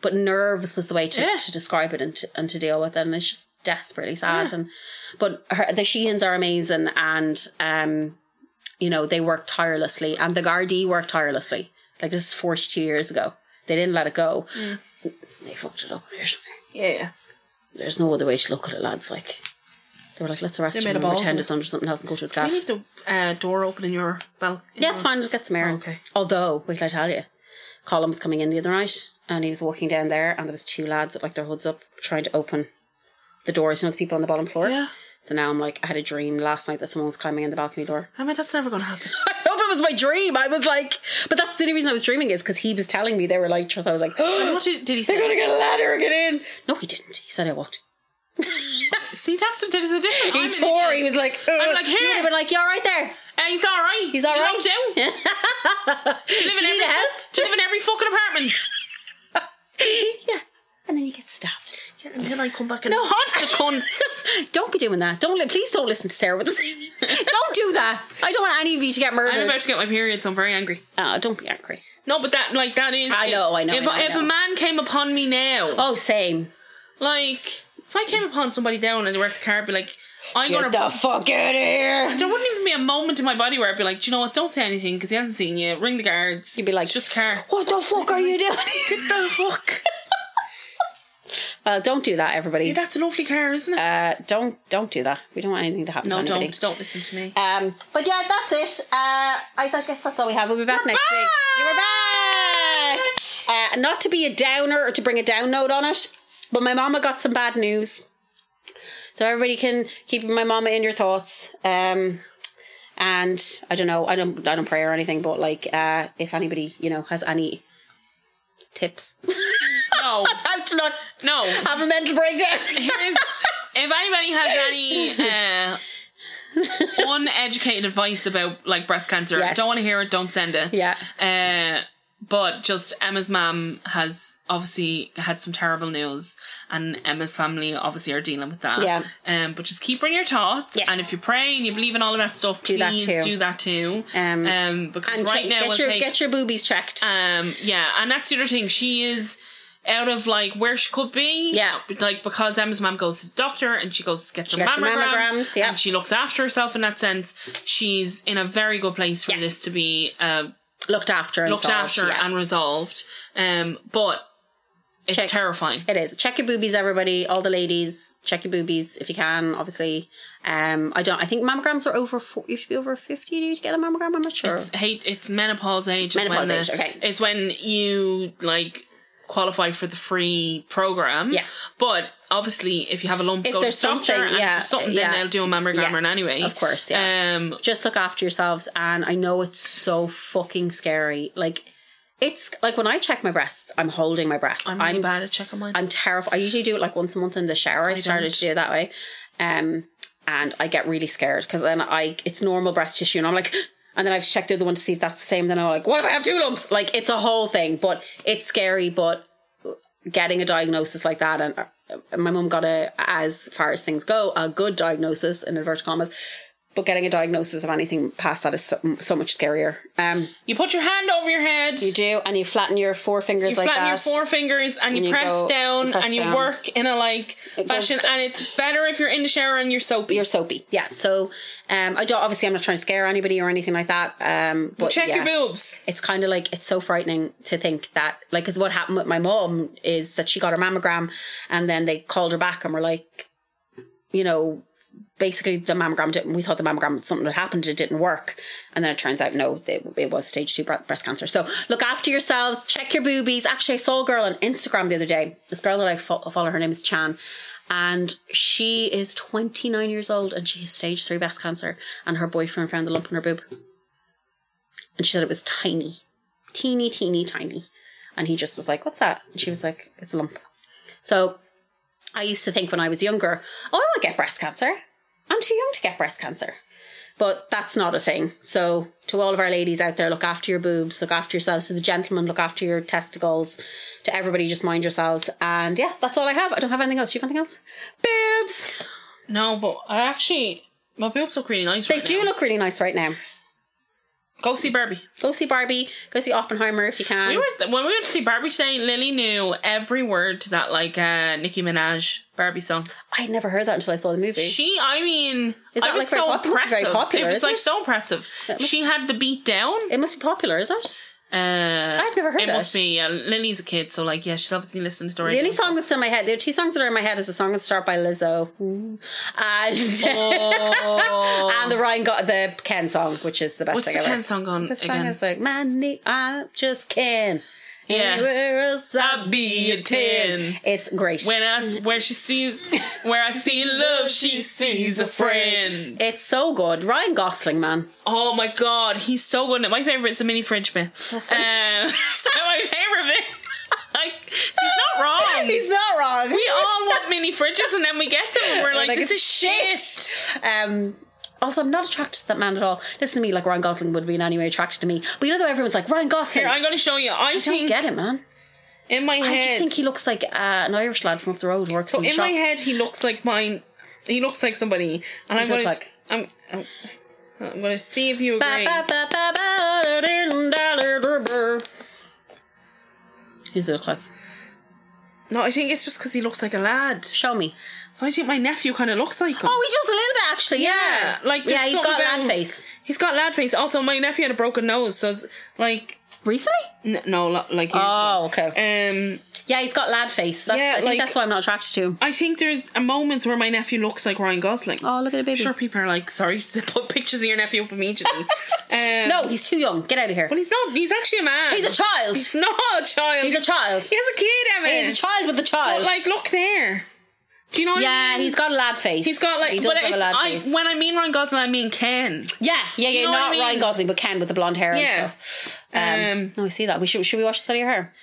[SPEAKER 3] But nerves was the way to,
[SPEAKER 2] Yeah.
[SPEAKER 3] to describe it and to, and to deal with it, and it's just desperately sad. And but her, the Sheehans are amazing, and um, you know they worked tirelessly, and the Gardaí worked tirelessly. Like this is forty two years ago, they didn't let it go. They fucked it up. There's,
[SPEAKER 2] Mm. Yeah, yeah.
[SPEAKER 3] there's no other way to look at it, lads. Like they were like, let's arrest
[SPEAKER 2] They made
[SPEAKER 3] him
[SPEAKER 2] a
[SPEAKER 3] and
[SPEAKER 2] balls
[SPEAKER 3] pretend
[SPEAKER 2] of it.
[SPEAKER 3] it's under something else and go to his
[SPEAKER 2] Can
[SPEAKER 3] gaff.
[SPEAKER 2] you leave the uh, door open in your bell? in
[SPEAKER 3] Yeah, it's
[SPEAKER 2] your-
[SPEAKER 3] fine. We'll get some air. in.
[SPEAKER 2] Oh. Okay.
[SPEAKER 3] Although, wait till I tell you, Colin was coming in the other night, and he was walking down there, and there was two lads with like their hoods up, trying to open the doors. You know, the people on the bottom floor.
[SPEAKER 2] Yeah.
[SPEAKER 3] So now I'm like, I had a dream last night that someone was climbing in the balcony door.
[SPEAKER 2] I mean, that's never going to happen.
[SPEAKER 3] I hope it was my dream. I was like, but that's the only reason I was dreaming is because he was telling me they were like, trust. I was like,
[SPEAKER 2] what did, did he say?
[SPEAKER 3] they're gonna get a ladder and get in. No, he didn't. He said I walked.
[SPEAKER 2] See, that's the, there's a difference.
[SPEAKER 3] He
[SPEAKER 2] I'm an
[SPEAKER 3] tore.
[SPEAKER 2] idiot.
[SPEAKER 3] He was like, I'm
[SPEAKER 2] like,
[SPEAKER 3] You
[SPEAKER 2] here.
[SPEAKER 3] would have been like, you're right there.
[SPEAKER 2] Uh, he's all right.
[SPEAKER 3] He's all
[SPEAKER 2] He
[SPEAKER 3] right.
[SPEAKER 2] locked down. Do you live
[SPEAKER 3] Do
[SPEAKER 2] in
[SPEAKER 3] you need
[SPEAKER 2] every?
[SPEAKER 3] help?
[SPEAKER 2] Do you live in every fucking apartment?
[SPEAKER 3] Yeah. And then he gets stabbed.
[SPEAKER 2] Yeah, and then I come back and no. hot the cunt.
[SPEAKER 3] don't be doing that. Don't li- please don't listen to Sarah with this. don't do that. I don't want any of you to get
[SPEAKER 2] I'm
[SPEAKER 3] murdered.
[SPEAKER 2] about to get my period, so I'm very angry.
[SPEAKER 3] Oh, don't be angry.
[SPEAKER 2] No, but that like that is.
[SPEAKER 3] I know, I know, I
[SPEAKER 2] If,
[SPEAKER 3] know, I
[SPEAKER 2] if
[SPEAKER 3] know.
[SPEAKER 2] a man came upon me now,
[SPEAKER 3] Oh, same.
[SPEAKER 2] like if I came upon somebody down and they were at the car, I'd be like, I'm gonna.
[SPEAKER 3] Get the fuck out of here.
[SPEAKER 2] There wouldn't even be a moment in my body where I'd be like, do you know what? Don't say anything because he hasn't seen you. Ring the guards.
[SPEAKER 3] You'd be like,
[SPEAKER 2] it's just a car.
[SPEAKER 3] What the fuck are you doing?
[SPEAKER 2] What the fuck?
[SPEAKER 3] well, don't do that, everybody.
[SPEAKER 2] That's a lovely car, isn't it?
[SPEAKER 3] Uh, don't don't do that. We don't want anything to happen.
[SPEAKER 2] no,
[SPEAKER 3] to anybody.
[SPEAKER 2] don't. Don't listen to me.
[SPEAKER 3] Um, but yeah, that's it. Uh, I th- I guess that's all we have. We'll be back
[SPEAKER 2] We're
[SPEAKER 3] next
[SPEAKER 2] back!
[SPEAKER 3] week. You were back. Uh, not to be a downer or to bring a down note on it, but my mama got some bad news. So everybody can keep my mama in your thoughts. Um, and I don't know. I don't. I don't pray or anything. But like, uh, if anybody you know has any tips,
[SPEAKER 2] No.
[SPEAKER 3] how to not
[SPEAKER 2] No.
[SPEAKER 3] have a mental breakdown.
[SPEAKER 2] Here's, if anybody has any uh, uneducated advice about like breast cancer,
[SPEAKER 3] Yes.
[SPEAKER 2] don't want to hear it. Don't send it.
[SPEAKER 3] Yeah.
[SPEAKER 2] Uh, But just Emma's mum has obviously had some terrible news, and Emma's family obviously are dealing with that.
[SPEAKER 3] Yeah.
[SPEAKER 2] Um, but just keep bringing your thoughts,
[SPEAKER 3] Yes.
[SPEAKER 2] and if you pray and you believe in all of that stuff,
[SPEAKER 3] Do that
[SPEAKER 2] please
[SPEAKER 3] too.
[SPEAKER 2] do that too.
[SPEAKER 3] Um,
[SPEAKER 2] um because
[SPEAKER 3] And
[SPEAKER 2] right
[SPEAKER 3] check-
[SPEAKER 2] now
[SPEAKER 3] get
[SPEAKER 2] we'll
[SPEAKER 3] your
[SPEAKER 2] take,
[SPEAKER 3] get your boobies checked.
[SPEAKER 2] um, yeah, and that's the other thing. She is out of like where she could be.
[SPEAKER 3] Yeah.
[SPEAKER 2] like because Emma's mom goes to the doctor and she goes to get some
[SPEAKER 3] gets her
[SPEAKER 2] mammogram,
[SPEAKER 3] mammograms, yeah.
[SPEAKER 2] and she looks after herself in that sense. She's in a very good place for this to be uh,
[SPEAKER 3] looked after and
[SPEAKER 2] looked
[SPEAKER 3] solved,
[SPEAKER 2] after
[SPEAKER 3] yeah.
[SPEAKER 2] and resolved. Um, but it's
[SPEAKER 3] Check-
[SPEAKER 2] terrifying.
[SPEAKER 3] It is. Check your boobies, everybody. All the ladies, check your boobies if you can. Obviously, um, I don't. I think mammograms are over. Four, you should be over fifty do you, to get a mammogram. I'm not sure.
[SPEAKER 2] It's hate. It's menopause age. is
[SPEAKER 3] Menopause
[SPEAKER 2] when
[SPEAKER 3] age,
[SPEAKER 2] The,
[SPEAKER 3] okay.
[SPEAKER 2] It's when you like qualify for the free program.
[SPEAKER 3] Yeah.
[SPEAKER 2] But obviously, if you have a lump,
[SPEAKER 3] If
[SPEAKER 2] go
[SPEAKER 3] there's
[SPEAKER 2] to the doctor,
[SPEAKER 3] something,
[SPEAKER 2] and if
[SPEAKER 3] yeah,
[SPEAKER 2] there's something,
[SPEAKER 3] yeah.
[SPEAKER 2] then they'll do a mammogram
[SPEAKER 3] Yeah,
[SPEAKER 2] or an anyway.
[SPEAKER 3] of course, yeah.
[SPEAKER 2] Um.
[SPEAKER 3] Just look after yourselves, and I know it's so fucking scary. Like, it's like when I check my breasts, I'm holding my breath.
[SPEAKER 2] I'm really bad at checking mine.
[SPEAKER 3] I'm terrified. I usually do it like once a month in the shower. I, started to do it that way, um, and I get really scared because then I it's normal breast tissue, and I'm like, and then I've checked the other one to see if that's the same. Then I'm like, what if I have two lumps? Like it's a whole thing, but it's scary. But getting a diagnosis like that, and uh, my mum got a as far as things go, a good diagnosis in inverted commas. But getting a diagnosis of anything past that is so, so much scarier. Um,
[SPEAKER 2] you put your hand over your head.
[SPEAKER 3] you do, and you flatten your four fingers
[SPEAKER 2] You
[SPEAKER 3] like
[SPEAKER 2] flatten your
[SPEAKER 3] that.
[SPEAKER 2] forefingers and, you,
[SPEAKER 3] you
[SPEAKER 2] press
[SPEAKER 3] go-
[SPEAKER 2] down
[SPEAKER 3] you press
[SPEAKER 2] and you
[SPEAKER 3] down.
[SPEAKER 2] work in a like
[SPEAKER 3] goes-
[SPEAKER 2] fashion and it's better if you're in the shower and you're soapy.
[SPEAKER 3] you're soapy. Yeah. So um I don't obviously I'm not trying to scare anybody or anything like that. Um but
[SPEAKER 2] Check
[SPEAKER 3] yeah.
[SPEAKER 2] your boobs.
[SPEAKER 3] It's kind of like it's so frightening to think that like cuz what happened with my mom is that she got her mammogram and then they called her back and were like you know basically the mammogram didn't we thought the mammogram something had happened it didn't work and then it turns out no it, it was stage 2 bre- breast cancer so look after yourselves check your boobies actually i saw a girl on instagram the other day this girl that i fo- follow her name is chan and she is 29 years old and she has stage 3 breast cancer and her boyfriend found a lump in her boob and she said it was tiny teeny teeny tiny and he just was like what's that and she was like it's a lump so I used to think when I was younger, oh, I won't get breast cancer. I'm too young to get breast cancer. But that's not a thing. So, to all of our ladies out there, look after your boobs, look after yourselves. To the gentlemen, look after your testicles. To everybody, just mind yourselves. And yeah, that's all I have. I don't have anything else. Do you have anything else? Boobs!
[SPEAKER 2] No, but I actually my boobs look really nice.
[SPEAKER 3] They
[SPEAKER 2] right
[SPEAKER 3] do
[SPEAKER 2] now.
[SPEAKER 3] look really nice right now.
[SPEAKER 2] Go see Barbie.
[SPEAKER 3] Go see Barbie. Go see Oppenheimer if you can.
[SPEAKER 2] We were when we went to see Barbie today. Lily knew every word to that like uh, Nicki Minaj Barbie song.
[SPEAKER 3] I had never heard that until I saw the movie.
[SPEAKER 2] She, I mean,
[SPEAKER 3] Is
[SPEAKER 2] I
[SPEAKER 3] that,
[SPEAKER 2] was
[SPEAKER 3] like, very
[SPEAKER 2] so
[SPEAKER 3] pop- it must be
[SPEAKER 2] impressive.
[SPEAKER 3] very popular,
[SPEAKER 2] it was
[SPEAKER 3] is
[SPEAKER 2] like
[SPEAKER 3] it?
[SPEAKER 2] so impressive.
[SPEAKER 3] must-
[SPEAKER 2] She had the beat down.
[SPEAKER 3] it must be popular, is it?
[SPEAKER 2] Uh,
[SPEAKER 3] I've never heard
[SPEAKER 2] it
[SPEAKER 3] it.
[SPEAKER 2] must be. Yeah, Lily's a kid, so like, yeah, she's obviously listened to the
[SPEAKER 3] The
[SPEAKER 2] radio.
[SPEAKER 3] only song that's in my head, there are two songs that are in my head, is a song that's started by Lizzo, Ooh. and and the Ryan got the Ken song, which is the best
[SPEAKER 2] Oh. What's
[SPEAKER 3] thing
[SPEAKER 2] the
[SPEAKER 3] ever.
[SPEAKER 2] Ken song on
[SPEAKER 3] The song
[SPEAKER 2] again?
[SPEAKER 3] is like "Money, I just can."
[SPEAKER 2] yeah,
[SPEAKER 3] Anywhere else
[SPEAKER 2] I'd be a ten.
[SPEAKER 3] It's great.
[SPEAKER 2] When I where she sees where I see love, she sees a friend.
[SPEAKER 3] it's so good. Ryan Gosling, man.
[SPEAKER 2] Oh my god, he's so good. in it. My favorite's the mini fridge bit. Um, so my favorite bit. Like he's not wrong.
[SPEAKER 3] He's not wrong.
[SPEAKER 2] we all want mini fridges, and then we get them, and we're like,
[SPEAKER 3] like,
[SPEAKER 2] this
[SPEAKER 3] it's
[SPEAKER 2] is shit.
[SPEAKER 3] Um, also, I'm not attracted to that man at all. Listen to me, like Ryan Gosling would be in any way attracted to me. But you know, though, everyone's like Ryan Gosling.
[SPEAKER 2] Here, I'm going to show you. I,
[SPEAKER 3] don't
[SPEAKER 2] think
[SPEAKER 3] get it, man.
[SPEAKER 2] in my
[SPEAKER 3] I
[SPEAKER 2] head,
[SPEAKER 3] just think he looks like uh, an Irish lad from up the road. Works
[SPEAKER 2] So
[SPEAKER 3] in the
[SPEAKER 2] in
[SPEAKER 3] shop.
[SPEAKER 2] my head, he looks like mine. He looks like somebody, and I'm
[SPEAKER 3] Does it
[SPEAKER 2] gonna.
[SPEAKER 3] look
[SPEAKER 2] s- I'm, I'm, I'm gonna see if you
[SPEAKER 3] Ba,
[SPEAKER 2] agree.
[SPEAKER 3] ba, ba, ba, ba, da, da, da, da, da, da. Who's it look like?
[SPEAKER 2] No, I think it's just because he looks like a lad.
[SPEAKER 3] Show me.
[SPEAKER 2] So I think my nephew kind of looks like him.
[SPEAKER 3] Oh, he does a little bit actually. Yeah,
[SPEAKER 2] Yeah, like,
[SPEAKER 3] yeah,
[SPEAKER 2] there's
[SPEAKER 3] he's
[SPEAKER 2] something
[SPEAKER 3] got lad
[SPEAKER 2] going-
[SPEAKER 3] face.
[SPEAKER 2] he's got lad face. Also, my nephew had a broken nose, so it's like
[SPEAKER 3] Recently?
[SPEAKER 2] n- no, lo- like years
[SPEAKER 3] Oh,
[SPEAKER 2] ago. Um,
[SPEAKER 3] Yeah, he's got lad face. That's,
[SPEAKER 2] Yeah,
[SPEAKER 3] I think
[SPEAKER 2] like-
[SPEAKER 3] that's why I'm not attracted to him.
[SPEAKER 2] I think there's a moments where my nephew looks like Ryan Gosling.
[SPEAKER 3] Oh, look at the baby.
[SPEAKER 2] Sure, people are like, sorry, to put pictures of your nephew up immediately. um,
[SPEAKER 3] No, he's too young. Get out of here.
[SPEAKER 2] well, he's not. He's actually a man.
[SPEAKER 3] He's a child.
[SPEAKER 2] He's not a child.
[SPEAKER 3] He's a child.
[SPEAKER 2] He has a kid, Emma.
[SPEAKER 3] He's a child with a child.
[SPEAKER 2] But like, look there. Do you know? What I
[SPEAKER 3] yeah,
[SPEAKER 2] mean?
[SPEAKER 3] he's got a lad face.
[SPEAKER 2] He's got like.
[SPEAKER 3] he does
[SPEAKER 2] but
[SPEAKER 3] have
[SPEAKER 2] it's,
[SPEAKER 3] a lad
[SPEAKER 2] I,
[SPEAKER 3] face.
[SPEAKER 2] when I mean Ryan Gosling, I mean Ken.
[SPEAKER 3] yeah, yeah,
[SPEAKER 2] you
[SPEAKER 3] yeah.
[SPEAKER 2] know what
[SPEAKER 3] Not
[SPEAKER 2] I mean?
[SPEAKER 3] Ryan Gosling, but Ken with the blonde hair
[SPEAKER 2] Yeah.
[SPEAKER 3] and stuff. Um,
[SPEAKER 2] Um,
[SPEAKER 3] no, I see that. We should should we wash the side of your hair?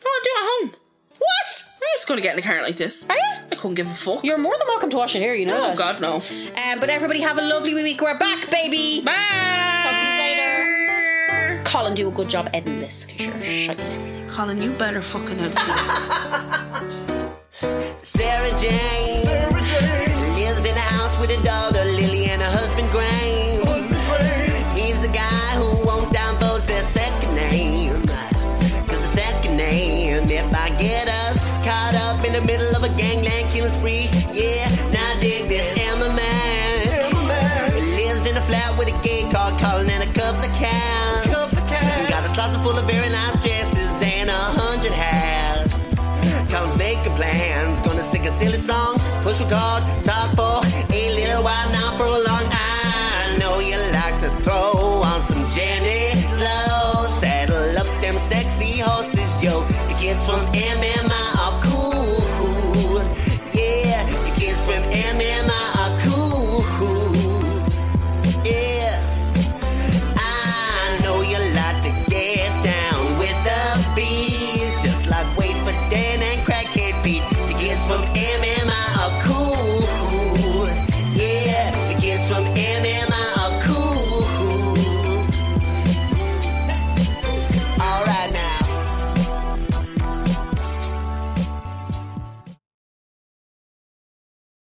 [SPEAKER 2] No, I do it at home. What? I'm just gonna get in a car like this.
[SPEAKER 3] Are you?
[SPEAKER 2] I couldn't give a fuck.
[SPEAKER 3] You're more than welcome to wash it here. You know
[SPEAKER 2] oh
[SPEAKER 3] that. Uh,
[SPEAKER 2] God, no.
[SPEAKER 3] Um, but everybody have a lovely wee week. We're back, baby.
[SPEAKER 2] Bye.
[SPEAKER 3] Talk to you later.
[SPEAKER 2] later.
[SPEAKER 3] Colin do a good job editing this. 'cause You're shite at everything.
[SPEAKER 2] Colin, you better fucking edit this.
[SPEAKER 6] Sarah Jane, lives in a house with a daughter, Lily, and her husband Graham. He's the guy who won't divulge their second name. Cause the second name that might get us caught up in the middle of a gangland killing spree. Yeah, now dig this Emma man. Lives in a flat with a gay car, calling and a couple of cows. Got a closet full of very nice dresses and a hundred hats. Come make a plans, gonna sing a silly song, push a card, talk for